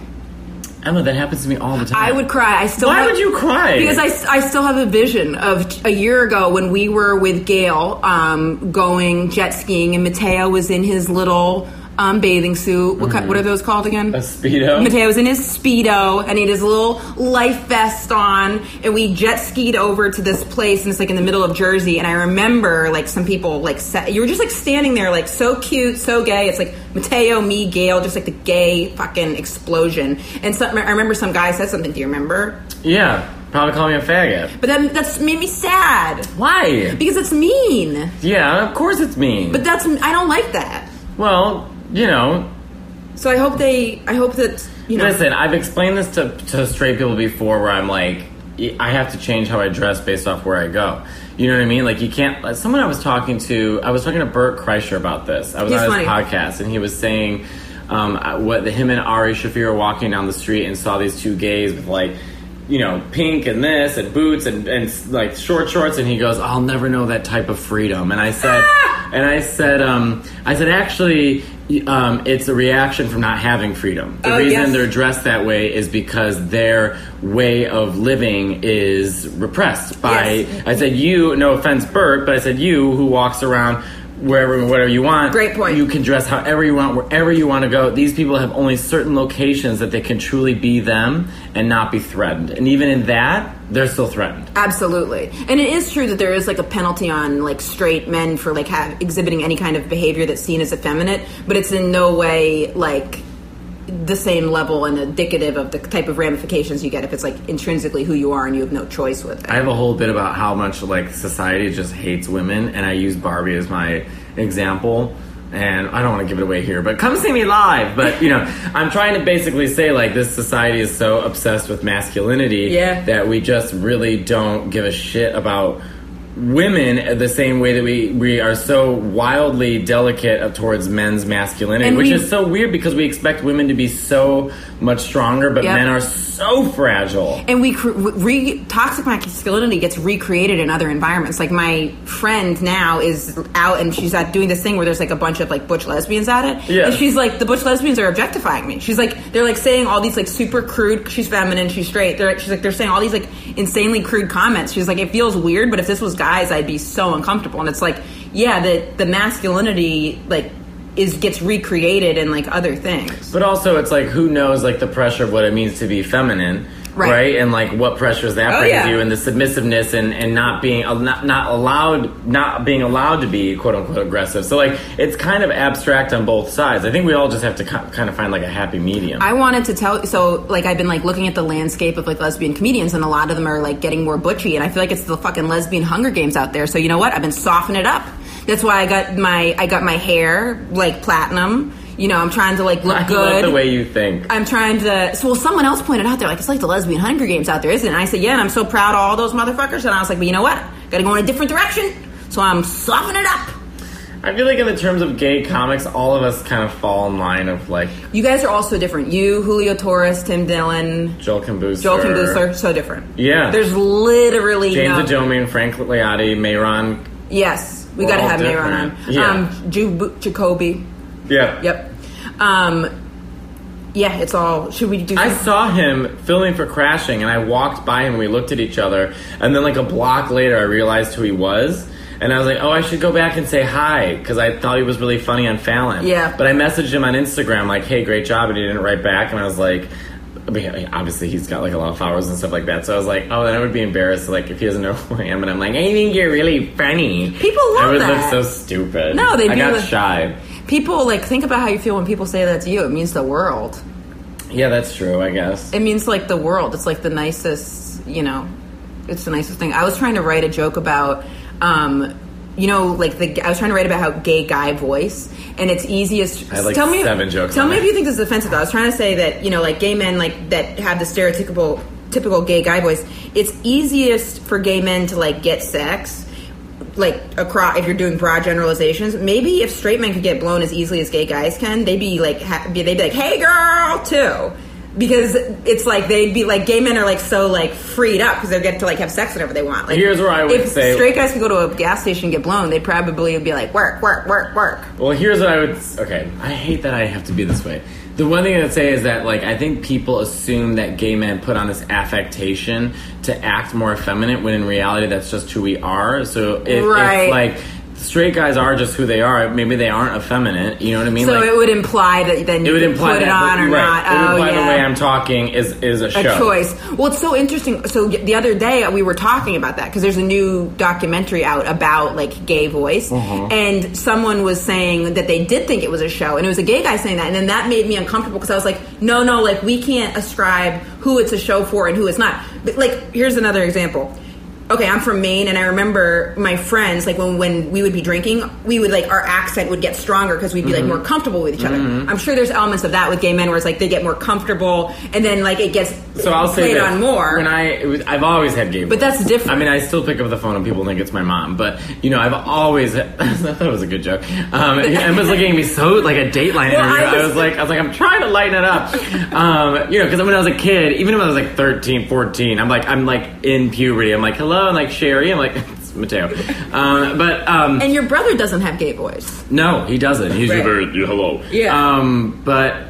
Speaker 1: Emma, that happens to me all the time.
Speaker 2: I would cry. I still.
Speaker 1: Why
Speaker 2: have-
Speaker 1: would you cry?
Speaker 2: Because I, s- I still have a vision of t- a year ago when we were with Gail um, going jet skiing, and Mateo was in his little um, bathing suit. What, ki- what are those called again?
Speaker 1: a speedo.
Speaker 2: Mateo was in his speedo and he had his little life vest on, and we jet skied over to this place, and it's like in the middle of Jersey. And I remember like some people like sa you were just like standing there, like so cute, so gay. It's like Mateo, me, Gail, just like the gay fucking explosion. And some, I remember some guy said something. Do you remember?
Speaker 1: yeah, probably call me a faggot.
Speaker 2: But then that's made me sad
Speaker 1: Why?
Speaker 2: because it's mean.
Speaker 1: Yeah, of course it's mean.
Speaker 2: But that's I don't like that.
Speaker 1: well, you know,
Speaker 2: So I hope they. I hope that you know.
Speaker 1: Listen, I've explained this to, to straight people before where I'm like, I have to change how I dress based off where I go. You know what I mean? Like, you can't. Like, someone I was talking to, I was talking to Bert Kreischer about this. I was
Speaker 2: He's
Speaker 1: on
Speaker 2: funny.
Speaker 1: his podcast, and he was saying um, I- what him and Ari Shafir were walking down the street and saw these two gays with like, you know, pink and this and boots and, and like short shorts, and he goes, "I'll never know that type of freedom." And I said, and I said, um, I said, actually, um, it's a reaction from not having freedom. The
Speaker 2: Oh,
Speaker 1: reason
Speaker 2: yes.
Speaker 1: they're dressed that way is because their way of living is repressed by.
Speaker 2: Yes.
Speaker 1: I said you, no offense, Bert, but I said you who walks around wherever, whatever you want.
Speaker 2: Great point.
Speaker 1: You can dress however you want, wherever you want to go. These people have only certain locations that they can truly be them and not be threatened. And even in that, they're still threatened.
Speaker 2: Absolutely, and it is true that there is like a penalty on like straight men for like have, exhibiting any kind of behavior that's seen as effeminate, but it's in no way like the same level and indicative of the type of ramifications you get if it's like intrinsically who you are and you have no choice with it.
Speaker 1: I have a whole bit about how much like society just hates women, and I use Barbie as my example. And I don't want to give it away here, but come see me live. But you know, I'm trying to basically say like this society is so obsessed with masculinity
Speaker 2: Yeah.
Speaker 1: that we just really don't give a shit about women the same way that we we are so wildly delicate towards men's masculinity,
Speaker 2: And
Speaker 1: which
Speaker 2: we-
Speaker 1: is so weird because we expect women to be so much stronger, but
Speaker 2: Yep.
Speaker 1: men are so fragile.
Speaker 2: and we cre- re- toxic masculinity gets recreated in other environments. Like my friend now is out and she's at doing this thing where there's like a bunch of like butch lesbians at it.
Speaker 1: Yeah.
Speaker 2: And she's like, the butch lesbians are objectifying me. She's like, they're like saying all these like super crude. She's feminine. She's straight. They're like, she's like, they're saying all these like insanely crude comments. She's like, it feels weird, but if this was guys, I'd be so uncomfortable. And it's like, yeah, that the masculinity like is gets recreated in like other things.
Speaker 1: But also, it's like who knows like the pressure of what it means to be feminine
Speaker 2: Right.
Speaker 1: right? And like what pressures that
Speaker 2: Oh,
Speaker 1: brings
Speaker 2: yeah.
Speaker 1: you, and the submissiveness, and and not being uh, not not allowed, not being allowed to be quote unquote aggressive. So like it's kind of abstract on both sides. I think we all just have to ki- kind of find like a happy medium.
Speaker 2: I wanted to tell so like I've been like looking at the landscape of like lesbian comedians and a lot of them are like getting more butchy and I feel like it's the fucking lesbian hunger games out there. So you know what? I've been softening it up. That's why I got my I got my hair like platinum. You know, I'm trying to like look
Speaker 1: I
Speaker 2: good.
Speaker 1: love the way you think.
Speaker 2: I'm trying to. So, well, someone else pointed out there, like, it's like the lesbian Hunger Games out there, isn't it? And I said, yeah, and I'm so proud of all those motherfuckers. And I was like, but you know what? Gotta go in a different direction. So I'm softening it up.
Speaker 1: I feel like in the terms of gay comics, all of us kind of fall in line of like
Speaker 2: You guys are all so different. You, Julio Torres, Tim Dillon,
Speaker 1: Joel Cambuser,
Speaker 2: Joel Kambusler, so different.
Speaker 1: Yeah.
Speaker 2: There's literally
Speaker 1: James
Speaker 2: no.
Speaker 1: Adomian, Frank Liotti, Mayron.
Speaker 2: Yes, we
Speaker 1: We're
Speaker 2: gotta
Speaker 1: all
Speaker 2: have Mayron on.
Speaker 1: different. Yeah.
Speaker 2: Um, Ju- Jacoby.
Speaker 1: Yeah.
Speaker 2: Yep. Um, yeah, it's all. Should we do?
Speaker 1: I
Speaker 2: some-
Speaker 1: saw him filming for Crashing, and I walked by him. and We looked at each other, and then like a block later, I realized who he was, and I was like, "Oh, I should go back and say hi," because I thought he was really funny on Fallon.
Speaker 2: Yeah.
Speaker 1: But I messaged him on Instagram like, "Hey, great job," and he didn't write back, and I was like. I mean, obviously, he's got like a lot of followers and stuff like that. So I was like, "Oh, then I would be embarrassed, like if he doesn't know who I am." And I'm like, "I think you're really funny."
Speaker 2: People love
Speaker 1: I would
Speaker 2: that.
Speaker 1: look so stupid.
Speaker 2: No, they
Speaker 1: I
Speaker 2: do
Speaker 1: got
Speaker 2: look-
Speaker 1: shy.
Speaker 2: people like think about how you feel when people say that to you. It means the world.
Speaker 1: Yeah, that's true. I guess.
Speaker 2: it means like the world. It's like the nicest, you know, it's the nicest thing. I was trying to write a joke about, um, you know, like the I was trying to write about how gay guy voice, and it's easiest.
Speaker 1: I had, like, seven jokes
Speaker 2: Tell
Speaker 1: on
Speaker 2: me
Speaker 1: that.
Speaker 2: if you think this is offensive. though. I was trying to say that you know, like gay men, like that have the stereotypical typical gay guy voice. It's easiest for gay men to like get sex. Like across, if you're doing broad generalizations, maybe if straight men could get blown as easily as gay guys can, they'd be like, ha- be- they'd be like, "Hey, girl," too because it's like they'd be like gay men are like so like freed up because they get to like have sex whenever they want. Like
Speaker 1: Here's where I would
Speaker 2: if
Speaker 1: say-
Speaker 2: straight guys could go to a gas station and get blown, they'd probably be like work, work, work, work.
Speaker 1: Well, here's what I would. Okay, I hate that I have to be this way. The one thing I'd say is that, like, I think people assume that gay men put on this affectation to act more effeminate, when in reality, that's just who we are. So it,
Speaker 2: Right.
Speaker 1: it's like straight guys are just who they are. Maybe they aren't effeminate. You know what I mean?
Speaker 2: So
Speaker 1: like,
Speaker 2: it would imply that then you
Speaker 1: it would
Speaker 2: could
Speaker 1: imply
Speaker 2: put it
Speaker 1: that,
Speaker 2: on
Speaker 1: right.
Speaker 2: or not.
Speaker 1: It would
Speaker 2: oh
Speaker 1: imply
Speaker 2: yeah.
Speaker 1: the way I'm talking is is a show.
Speaker 2: a choice. Well, it's so interesting. So y- the other day we were talking about that because there's a new documentary out about like gay voice, and someone was saying that they did think it was a show, and it was a gay guy saying that, and then that made me uncomfortable because I was like, no, no, like we can't ascribe who it's a show for and who it's not. But, like here's another example okay, I'm from Maine, and I remember my friends like when when we would be drinking, we would like our accent would get stronger because we'd be like more comfortable with each other. I'm sure there's elements of that with gay men where it's like they get more comfortable, and then like it gets
Speaker 1: So I'll say
Speaker 2: played
Speaker 1: this.
Speaker 2: on more.
Speaker 1: When I, it was- I've always had gay,
Speaker 2: But that's
Speaker 1: voice.
Speaker 2: different.
Speaker 1: I mean, I still pick up the phone and people think it's my mom. But you know, I've always. I thought it was a good joke. Um, Emma's looking at me so like a Dateline
Speaker 2: Well,
Speaker 1: interview.
Speaker 2: I
Speaker 1: I
Speaker 2: was-
Speaker 1: was, like, I was like, I'm trying to lighten it up. Um, you know, because when I was a kid, even when I was like 13, 14, I'm like, I'm like in puberty. I'm like, hello, I'm like Sherry. I'm like, it's Mateo. Um, but um,
Speaker 2: and your brother doesn't have gay voice.
Speaker 1: no, he doesn't. He's
Speaker 2: Right.
Speaker 1: very hello.
Speaker 2: Yeah.
Speaker 1: Um, but uh,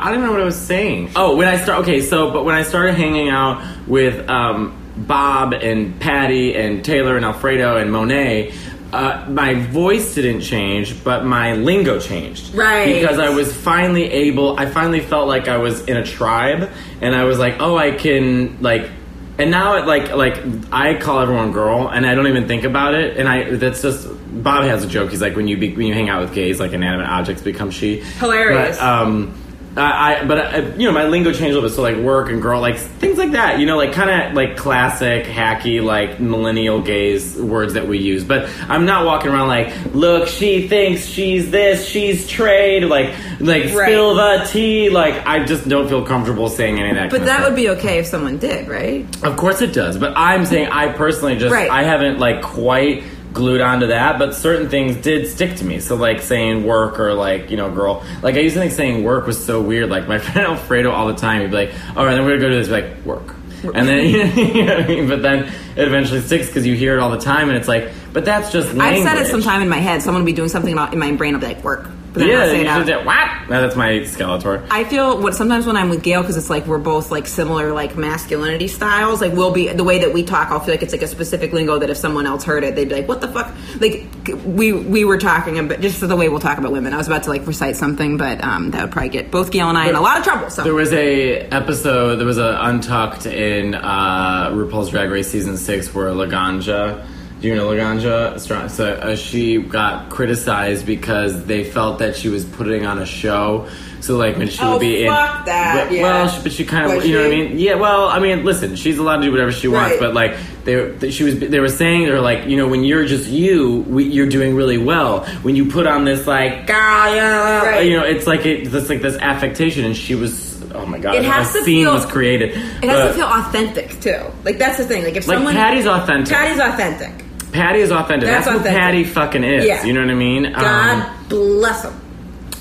Speaker 1: I don't know what I was saying. Oh, when I start okay, so but when I started hanging out with um, Bob and Patty and Taylor and Alfredo and Monet. Uh, my voice didn't change, but my lingo changed.
Speaker 2: Right.
Speaker 1: Because I was finally able, I finally felt like I was in a tribe, and I was like, oh, I can, like, and now it, like, like, I call everyone girl, and I don't even think about it, and I, that's just, Bob has a joke. He's like, when you be, when you hang out with gays, like inanimate objects become she.
Speaker 2: Hilarious.
Speaker 1: But, um, I, I but I, you know my lingo changed a little bit. So like work and girl, like things like that. You know, like kind of like classic hacky, like millennial gays words that we use. But I'm not walking around like, look, she thinks she's this, she's trade, like like
Speaker 2: Right.
Speaker 1: spill the tea. Like I just don't feel comfortable saying any of that.
Speaker 2: But
Speaker 1: kind of
Speaker 2: that
Speaker 1: stuff.
Speaker 2: would be okay if someone did, right?
Speaker 1: Of course it does, but I'm saying I personally just
Speaker 2: Right.
Speaker 1: I haven't like quite glued onto that, but certain things did stick to me. So like saying work or like you know girl, like I used to think saying work was so weird. Like my friend Alfredo all the time, he'd be like, "All right, then we're gonna go to this." Like work. And then, you know what I mean? But then it eventually sticks because you hear it all the time, and it's like, but that's just language.
Speaker 2: I've said it sometime in my head. Someone will be doing something about- in my brain. I'll be like, work, but then
Speaker 1: yeah,
Speaker 2: I'll say
Speaker 1: you
Speaker 2: it out.
Speaker 1: should do- What? No, that's my Skeletor.
Speaker 2: I feel what sometimes when I'm with Gail because it's like we're both like similar like masculinity styles. Like we'll be the way that we talk. I'll feel like it's like a specific lingo that if someone else heard it, they'd be like, "What the fuck?" Like we we were talking about just the way we'll talk about women. I was about to like recite something, but um, that would probably get both Gail and I in a lot of trouble. So
Speaker 1: There was a episode. There was a Untucked in uh, RuPaul's Drag Race season six where Laganja, do you know Laganja? Str- So uh, she got criticized because they felt that she was putting on a show. So like when she
Speaker 2: Oh,
Speaker 1: would be
Speaker 2: fuck
Speaker 1: in,
Speaker 2: that,
Speaker 1: Well,
Speaker 2: yeah.
Speaker 1: well, she- but she kind of,
Speaker 2: Was
Speaker 1: you know what I
Speaker 2: she?
Speaker 1: mean? Yeah. Well, I mean, listen, she's allowed to do whatever she wants,
Speaker 2: Right.
Speaker 1: but like they, they- she was, they were saying they're like, you know, when you're just you, we, you're doing really well. When you put on this like, girl, yeah,
Speaker 2: Right.
Speaker 1: you know, it's like it, it's like this affectation, and she was. Oh my god!
Speaker 2: It has
Speaker 1: a
Speaker 2: to
Speaker 1: scene
Speaker 2: feel-
Speaker 1: was created.
Speaker 2: it has to feel authentic too. Like that's the thing. Like if
Speaker 1: like
Speaker 2: someone
Speaker 1: Patty's authentic.
Speaker 2: Patty's authentic.
Speaker 1: Patty is authentic. That's,
Speaker 2: That's
Speaker 1: what
Speaker 2: authentic.
Speaker 1: Patty fucking is.
Speaker 2: Yeah.
Speaker 1: You know what I mean? Um,
Speaker 2: God bless him.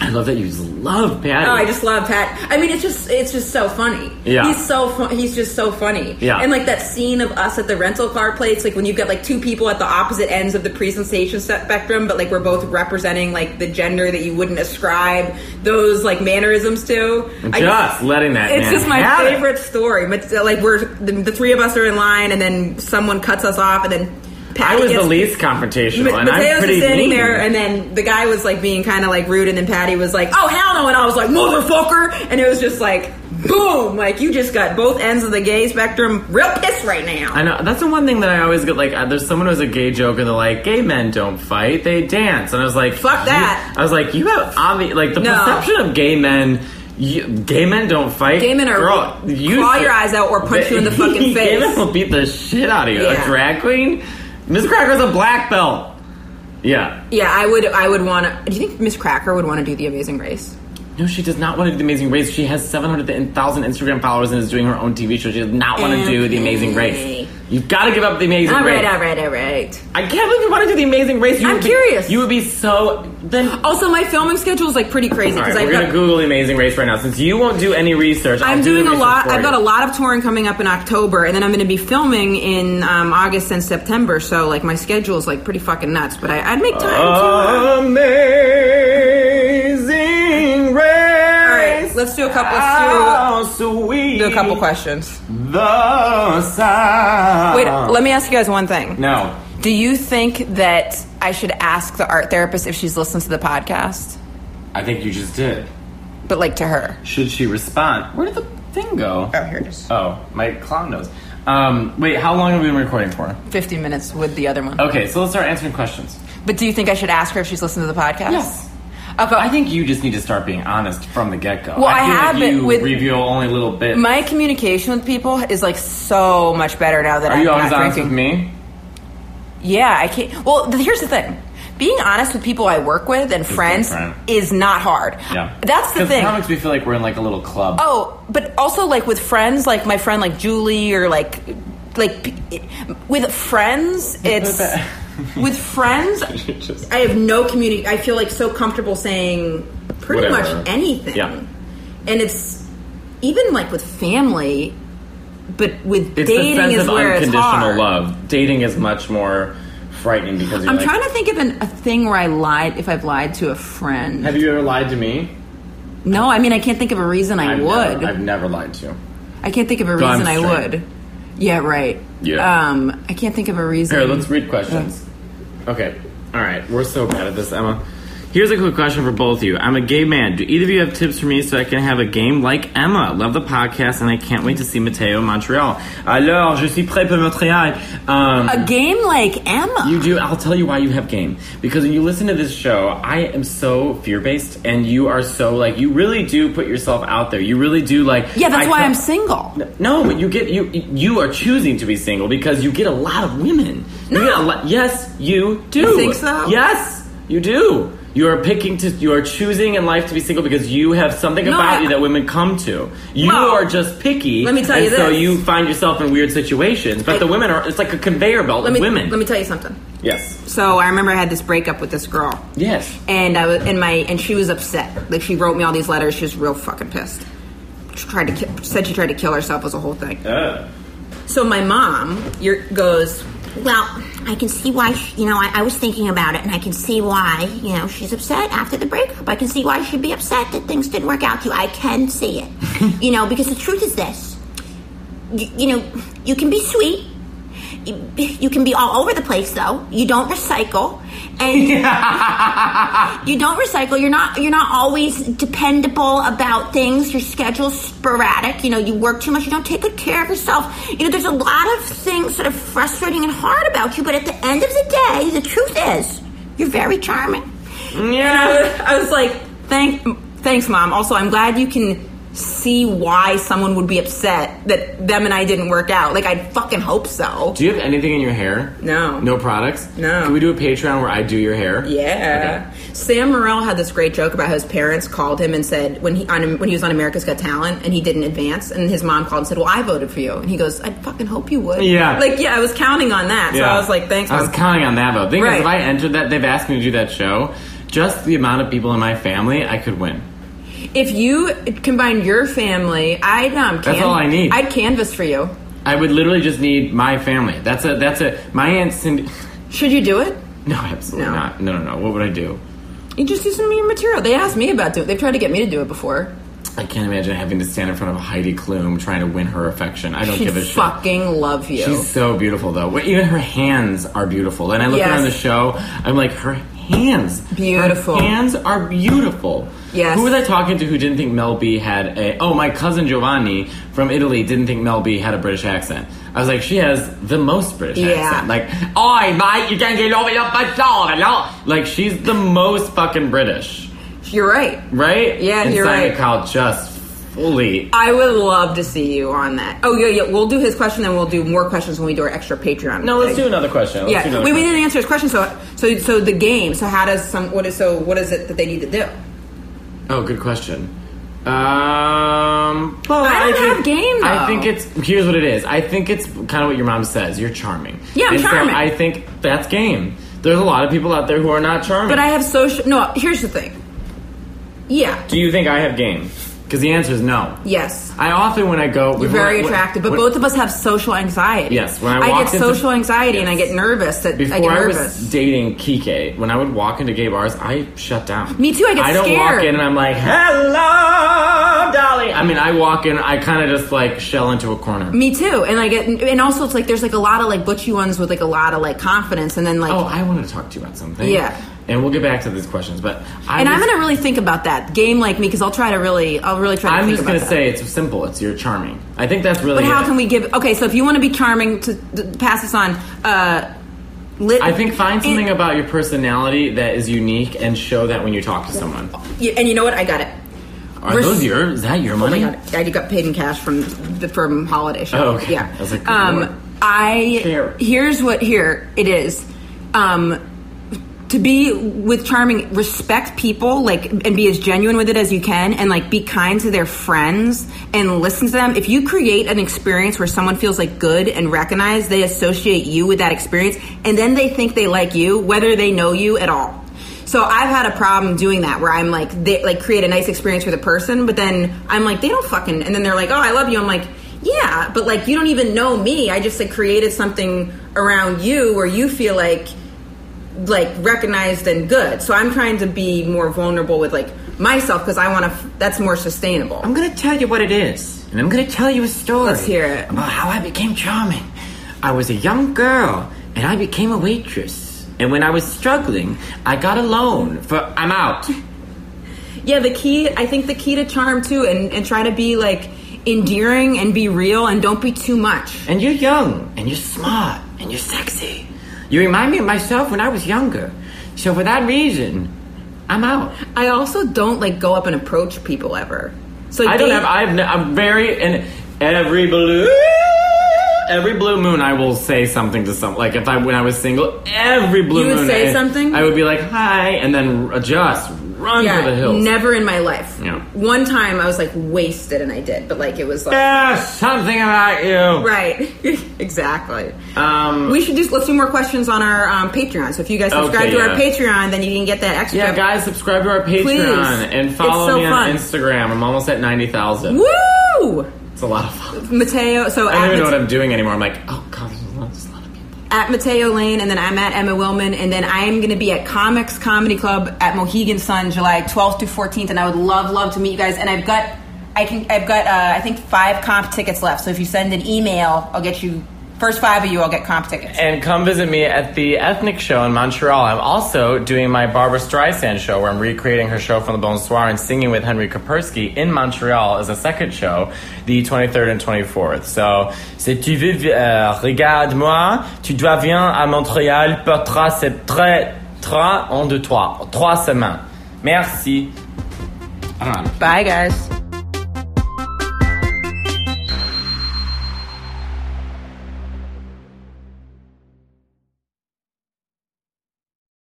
Speaker 1: I love that you just love Patty.
Speaker 2: Oh, I just love Pat. I mean, it's just it's just so funny.
Speaker 1: Yeah.
Speaker 2: he's so fun. He's just so funny.
Speaker 1: Yeah.
Speaker 2: and like that scene of us at the rental car place, like when you've got like two people at the opposite ends of the presentation se- spectrum, but like we're both representing like the gender that you wouldn't ascribe those like mannerisms to. I
Speaker 1: Just letting that
Speaker 2: It's
Speaker 1: man
Speaker 2: just my
Speaker 1: have it.
Speaker 2: favorite story. But uh, like we're the, the three of us are in line, and then someone cuts us off, and then.
Speaker 1: I
Speaker 2: Patty
Speaker 1: was the
Speaker 2: gets-
Speaker 1: least confrontational,
Speaker 2: Ma-
Speaker 1: and I'm
Speaker 2: Mateo's
Speaker 1: pretty
Speaker 2: just standing
Speaker 1: mean.
Speaker 2: there, and then the guy was like being kind of like rude, and then Patty was like, "Oh hell no!" and I was like, "Motherfucker!" and it was just like, boom, like you just got both ends of the gay spectrum real pissed right now.
Speaker 1: I know that's the one thing that I always get. Like, uh, there's someone who has a gay joke, and they're like, "Gay men don't fight; they dance." And I was like,
Speaker 2: Fuck
Speaker 1: you-
Speaker 2: that.
Speaker 1: I was like, "You have obvious like the
Speaker 2: No.
Speaker 1: perception of gay men." You, gay men don't fight.
Speaker 2: Gay men are-
Speaker 1: Girl, you
Speaker 2: claw your eyes out or punch you in the fucking
Speaker 1: Gay men
Speaker 2: face.
Speaker 1: will beat the shit out of you.
Speaker 2: Yeah.
Speaker 1: A drag queen, Miss Cracker's a black belt. Yeah.
Speaker 2: yeah, I would, I would want to. Do you think Miss Cracker would want to do the Amazing Race?
Speaker 1: No, she does not want to do the Amazing Race. She has seven hundred thousand Instagram followers and is doing her own TV show. She does not want to do the Amazing
Speaker 2: Okay.
Speaker 1: Race. You've got to give up the Amazing
Speaker 2: All
Speaker 1: Race.
Speaker 2: right, all right, all right.
Speaker 1: I can't believe you want to do the Amazing Race. You
Speaker 2: I'm
Speaker 1: would be-
Speaker 2: curious.
Speaker 1: You would be so then.
Speaker 2: Also, my filming schedule is like pretty crazy
Speaker 1: All right,
Speaker 2: because
Speaker 1: we're
Speaker 2: I've
Speaker 1: gonna
Speaker 2: got-
Speaker 1: Google the Amazing Race right now since you won't do any research. I'll
Speaker 2: I'm
Speaker 1: do the
Speaker 2: doing a
Speaker 1: research
Speaker 2: lot.
Speaker 1: for
Speaker 2: I've got
Speaker 1: you.
Speaker 2: a lot of touring coming up in October, and then I'm going to be filming in um, August and September. So like my schedule is like pretty fucking nuts, but I, I'd make time to. uh,
Speaker 1: Amazing
Speaker 2: all right,
Speaker 1: Race.
Speaker 2: let's do a couple. Let's
Speaker 1: How sweet.
Speaker 2: do, do a couple questions.
Speaker 1: The sound.
Speaker 2: Wait, let me ask you guys one thing.
Speaker 1: No.
Speaker 2: Do you think that I should ask the art therapist if she's listened to the podcast?
Speaker 1: I think you just did.
Speaker 2: But like to her.
Speaker 1: Should she respond? Where did the thing go?
Speaker 2: Oh, here it is.
Speaker 1: Oh, my clown knows. Um, wait, how long have we been recording for?
Speaker 2: 50 minutes with the other one.
Speaker 1: Okay, so let's start answering questions.
Speaker 2: But do you think I should ask her if she's listened to the podcast?
Speaker 1: Yes.
Speaker 2: Okay.
Speaker 1: I think you just need to start being honest from the get go.
Speaker 2: Well, I
Speaker 1: feel
Speaker 2: have
Speaker 1: like
Speaker 2: been
Speaker 1: you
Speaker 2: with-
Speaker 1: reveal only little bit.
Speaker 2: My communication with people is like so much better now that
Speaker 1: Are
Speaker 2: I'm
Speaker 1: you
Speaker 2: not
Speaker 1: always honest
Speaker 2: drinking.
Speaker 1: with me?
Speaker 2: Yeah, I can't. Well, th- here's the thing: being honest with people I work with and friends
Speaker 1: different.
Speaker 2: is not hard.
Speaker 1: Yeah,
Speaker 2: that's the
Speaker 1: 'Cause
Speaker 2: thing.
Speaker 1: Comics, we feel like we're in like a little club.
Speaker 2: oh, but also like with friends, like my friend, like Julie, or like like p- it- with friends, it's with friends.
Speaker 1: Just-
Speaker 2: I have no community. I feel like so comfortable saying pretty
Speaker 1: Whatever.
Speaker 2: much anything.
Speaker 1: Yeah.
Speaker 2: and it's even like with family, but with
Speaker 1: it's the
Speaker 2: dating
Speaker 1: sense of
Speaker 2: is where it's
Speaker 1: unconditional
Speaker 2: hard.
Speaker 1: love. Dating is much more frightening because you're
Speaker 2: I'm
Speaker 1: like,
Speaker 2: trying to think of an, a thing where I lied if I've lied to a friend.
Speaker 1: Have you ever lied to me?
Speaker 2: no, I mean I can't think of a reason I
Speaker 1: I've
Speaker 2: would.
Speaker 1: Never, I've never lied to. you.
Speaker 2: I can't think of a
Speaker 1: I'm
Speaker 2: reason I
Speaker 1: straight.
Speaker 2: would. Yeah, right.
Speaker 1: Yeah.
Speaker 2: Um, I can't think of a reason.
Speaker 1: Here, let's read questions. Okay. All right. We're so bad at this, Emma. Here's a quick question for both of you. I'm a gay man. Do either of you have tips for me so I can have a game like Emma? Love the podcast, and I can't wait to see Mateo in Montreal. Alors, je suis prêt pour Montréal. Um,
Speaker 2: a game like Emma.
Speaker 1: you do. I'll tell you why you have game. Because when you listen to this show, I am so fear based, and you are so like you really do put yourself out there. You really do like.
Speaker 2: yeah, that's
Speaker 1: I
Speaker 2: why
Speaker 1: felt-
Speaker 2: I'm single.
Speaker 1: no, but you get you you are choosing to be single because you get a lot of women. You get a lot, yes, you do.
Speaker 2: You think so?
Speaker 1: Yes, you do. You are picking to you are choosing in life to be single because you have something
Speaker 2: No,
Speaker 1: about
Speaker 2: I-
Speaker 1: you that women come to. You
Speaker 2: Well,
Speaker 1: are just picky.
Speaker 2: let me tell
Speaker 1: and
Speaker 2: you
Speaker 1: So
Speaker 2: this.
Speaker 1: you find yourself in weird situations, but
Speaker 2: I-
Speaker 1: the women are it's like a conveyor belt
Speaker 2: Let me
Speaker 1: of women.
Speaker 2: let me tell you something.
Speaker 1: yes.
Speaker 2: So I remember I had this breakup with this girl.
Speaker 1: Yes.
Speaker 2: and I was and my and she was upset. Like she wrote me all these letters. She was real fucking pissed. She tried to ki- said she tried to kill herself was a whole thing.
Speaker 1: Uh,
Speaker 2: So my mom your, goes,
Speaker 5: Well, I can see why, she, you know, I, I was thinking about it and I can see why, you know, she's upset after the breakup. I can see why she'd be upset that things didn't work out to you. I can see it. you know, because the truth is this you, you know, you can be sweet. You, you can be all over the place though. You don't recycle and you don't recycle. You're not you're not always dependable about things. Your schedule's sporadic. You know, you work too much. You don't take good care of yourself. You know, there's a lot of things that are frustrating and hard about you. But at the end of the day, the truth is, you're very charming.
Speaker 1: Yeah.
Speaker 2: I was like, thank, thanks, mom. Also, I'm glad you can see why someone would be upset that them and I didn't work out. Like, I'd fucking hope so.
Speaker 1: Do you have anything in your hair?
Speaker 2: No.
Speaker 1: No products?
Speaker 2: No.
Speaker 1: Can we do a Patreon where I do your hair?
Speaker 2: Yeah. Sam Morril had this great joke about how his parents called him and said when he on, when he was on America's Got Talent and he didn't advance and his mom called and said, "Well, I voted for you," and he goes, "I fucking hope you would."
Speaker 1: Yeah.
Speaker 2: Like yeah, I was counting on that, so I was like, "Thanks."
Speaker 1: I was
Speaker 2: Mom."
Speaker 1: counting on that, though. Thing
Speaker 2: Right.
Speaker 1: is, if I entered that, they've asked me to do that show. Just the amount of people in my family, I could win.
Speaker 2: if you combine your family, I'd um. Can-
Speaker 1: That's all I need.
Speaker 2: I'd canvas for you.
Speaker 1: I would literally just need my family. That's a that's a my aunt Cindy.
Speaker 2: Should you do it?
Speaker 1: No, absolutely
Speaker 2: No.
Speaker 1: not. No, no, no. What would I do?
Speaker 2: You just do some of your material. They asked me about doing. They've tried to get me to do it before.
Speaker 1: I can't imagine having to stand in front of Heidi Klum trying to win her affection. I don't
Speaker 2: She'd
Speaker 1: give a shit.
Speaker 2: fucking love you.
Speaker 1: She's so beautiful, though. Well, Even her hands are beautiful. And I look
Speaker 2: Yes.
Speaker 1: at her on the show. I'm like, her hands,
Speaker 2: Beautiful.
Speaker 1: Her hands are beautiful.
Speaker 2: Yes.
Speaker 1: Who was I talking to who didn't think Mel B had a? Oh, my cousin Giovanni from Italy didn't think Mel B had a British accent. I was like, she has the most British
Speaker 2: Yeah.
Speaker 1: accent. Like, oi, mate, you can't get over your butt off, no. Like, she's the most fucking British,
Speaker 2: You're right.
Speaker 1: right?
Speaker 2: Yeah,
Speaker 1: and
Speaker 2: you're
Speaker 1: Simon
Speaker 2: right. Uh,
Speaker 1: Cowell just fully.
Speaker 2: I would love to see you on that. Oh yeah, yeah. We'll do his question, then we'll do more questions when we do our extra Patreon.
Speaker 1: No, let's
Speaker 2: thing.
Speaker 1: do another question. Let's do
Speaker 2: Yeah,
Speaker 1: another
Speaker 2: we, we
Speaker 1: question.
Speaker 2: didn't answer his question. So, so, so the game. So, how does some? What is so? What is it that they need to do?
Speaker 1: Oh, good question. Um, well,
Speaker 2: I don't have
Speaker 1: think,
Speaker 2: game, though.
Speaker 1: I think it's here's what it is. I think it's kind of what your mom says. You're charming.
Speaker 2: Yeah, I'm
Speaker 1: And so
Speaker 2: charming.
Speaker 1: I think that's game. There's a lot of people out there who are not charming.
Speaker 2: But I have social. No, here's the thing. Yeah.
Speaker 1: do you think I have game? Because the answer is no.
Speaker 2: Yes.
Speaker 1: I often when I go,
Speaker 2: You're very attractive, but both of us have social anxiety.
Speaker 1: Yes, when I
Speaker 2: I
Speaker 1: walked
Speaker 2: get
Speaker 1: into-
Speaker 2: social anxiety and I
Speaker 1: Yes.
Speaker 2: get nervous. That I get
Speaker 1: Before I,
Speaker 2: nervous.
Speaker 1: was dating Kike, when I would walk into gay bars, I shut down.
Speaker 2: Me too, I get
Speaker 1: I don't
Speaker 2: scared.
Speaker 1: walk in and I'm like, "Hello, Dolly." I mean, I walk in, I kind of just like shell into a corner.
Speaker 2: Me too, and I get, and also it's like there's like a lot of like butchy ones with like a lot of like confidence, and then like,
Speaker 1: Oh, I want to talk to you about something.
Speaker 2: Yeah.
Speaker 1: And we'll get back to these questions, but I
Speaker 2: and I'm
Speaker 1: was-
Speaker 2: gonna really think about that game like me because I'll try to really, I'll really try. to
Speaker 1: I'm
Speaker 2: think
Speaker 1: just
Speaker 2: about
Speaker 1: gonna
Speaker 2: that.
Speaker 1: say it's simple. It's you're charming. I think that's really.
Speaker 2: But how
Speaker 1: it.
Speaker 2: can we give? Okay, so if you want to be charming, to, to pass this on, uh, lit,
Speaker 1: I think find something
Speaker 2: and,
Speaker 1: about your personality that is unique and show that when you talk to someone.
Speaker 2: Yeah, and you know what? I got it.
Speaker 1: Are
Speaker 2: Res-
Speaker 1: those your? Is that your
Speaker 2: Oh my
Speaker 1: money?
Speaker 2: god, I got paid in cash from the from holiday show.
Speaker 1: Oh, okay.
Speaker 2: Yeah,
Speaker 1: I was like, good lord.
Speaker 2: um, I
Speaker 1: Share.
Speaker 2: here's what here it is. Um, to be with charming, respect people like and be as genuine with it as you can, and like be kind to their friends and listen to them. If you create an experience where someone feels like good and recognized, they associate you with that experience, and then they think they like you, whether they know you at all. So I've had a problem doing that where I'm like, they like create a nice experience for the person, but then I'm like, they don't fucking, and then they're like, oh, I love you. I'm like, yeah, but like you don't even know me. I just like created something around you where you feel like like recognized and good. So I'm trying to be more vulnerable with like myself because I want to. F- that's more sustainable.
Speaker 3: I'm gonna tell you what it is, and I'm gonna tell you a story.
Speaker 2: Let's hear it.
Speaker 3: About how I became charming. I was a young girl, and I became a waitress. And when I was struggling, I got a loan for I'm out.
Speaker 2: Yeah, the key. I think the key to charm too, and and try to be like endearing and be real and don't be too much.
Speaker 3: And you're young, and you're smart, and you're sexy. You remind me of myself when I was younger. So for that reason, I'm out.
Speaker 2: I also don't like go up and approach people ever. So
Speaker 1: I don't
Speaker 2: they-
Speaker 1: have. I've. n- I'm very and every blue. Every blue moon, I will say something to some. Like if I when I was single, every blue
Speaker 2: You would
Speaker 1: moon,
Speaker 2: say
Speaker 1: I-
Speaker 2: something?
Speaker 1: I would be like, "Hi," and then r- just run for the
Speaker 2: yeah,
Speaker 1: hills.
Speaker 2: never in my life.
Speaker 1: Yeah.
Speaker 2: One time I was like wasted and I did, but like it was like
Speaker 1: There's something about you.
Speaker 2: right, exactly.
Speaker 1: Um,
Speaker 2: We should do. Let's do more questions on our um, Patreon. So if you guys subscribe
Speaker 1: Okay,
Speaker 2: to
Speaker 1: yeah.
Speaker 2: our Patreon, then you can get that extra.
Speaker 1: Yeah, guys, subscribe to our Patreon
Speaker 2: Please.
Speaker 1: and
Speaker 2: It's
Speaker 1: follow
Speaker 2: so
Speaker 1: me on
Speaker 2: fun.
Speaker 1: Instagram. I'm almost at ninety thousand.
Speaker 2: Woo,
Speaker 1: It's a lot of fun.
Speaker 2: Mateo. So
Speaker 1: I don't
Speaker 2: at
Speaker 1: even know what
Speaker 2: Mate-
Speaker 1: I'm doing anymore. I'm like, oh god, there's a lot, there's a lot of people.
Speaker 2: at Mateo Lane, and then I'm at Emma Willman, and then I am going to be at Comics Comedy Club at Mohegan Sun, July 12th through 14th, and I would love, love to meet you guys. And I've got, I can, I've got, uh, I think five comp tickets left. So if you send an email, I'll get you. First five of you, I'll get comp tickets.
Speaker 1: And come visit me at the Ethnic Show in Montreal. I'm also doing my Barbara Streisand show where I'm recreating her show from the Bonsoir and singing with Henry Kapersky in Montreal as a second show, the 23rd and 24th. So, si tu veux, euh, regarde-moi, tu dois venir à Montréal pour trois, se- tre- trois, un, deux, trois, trois semaines. Merci.
Speaker 2: Bye, guys.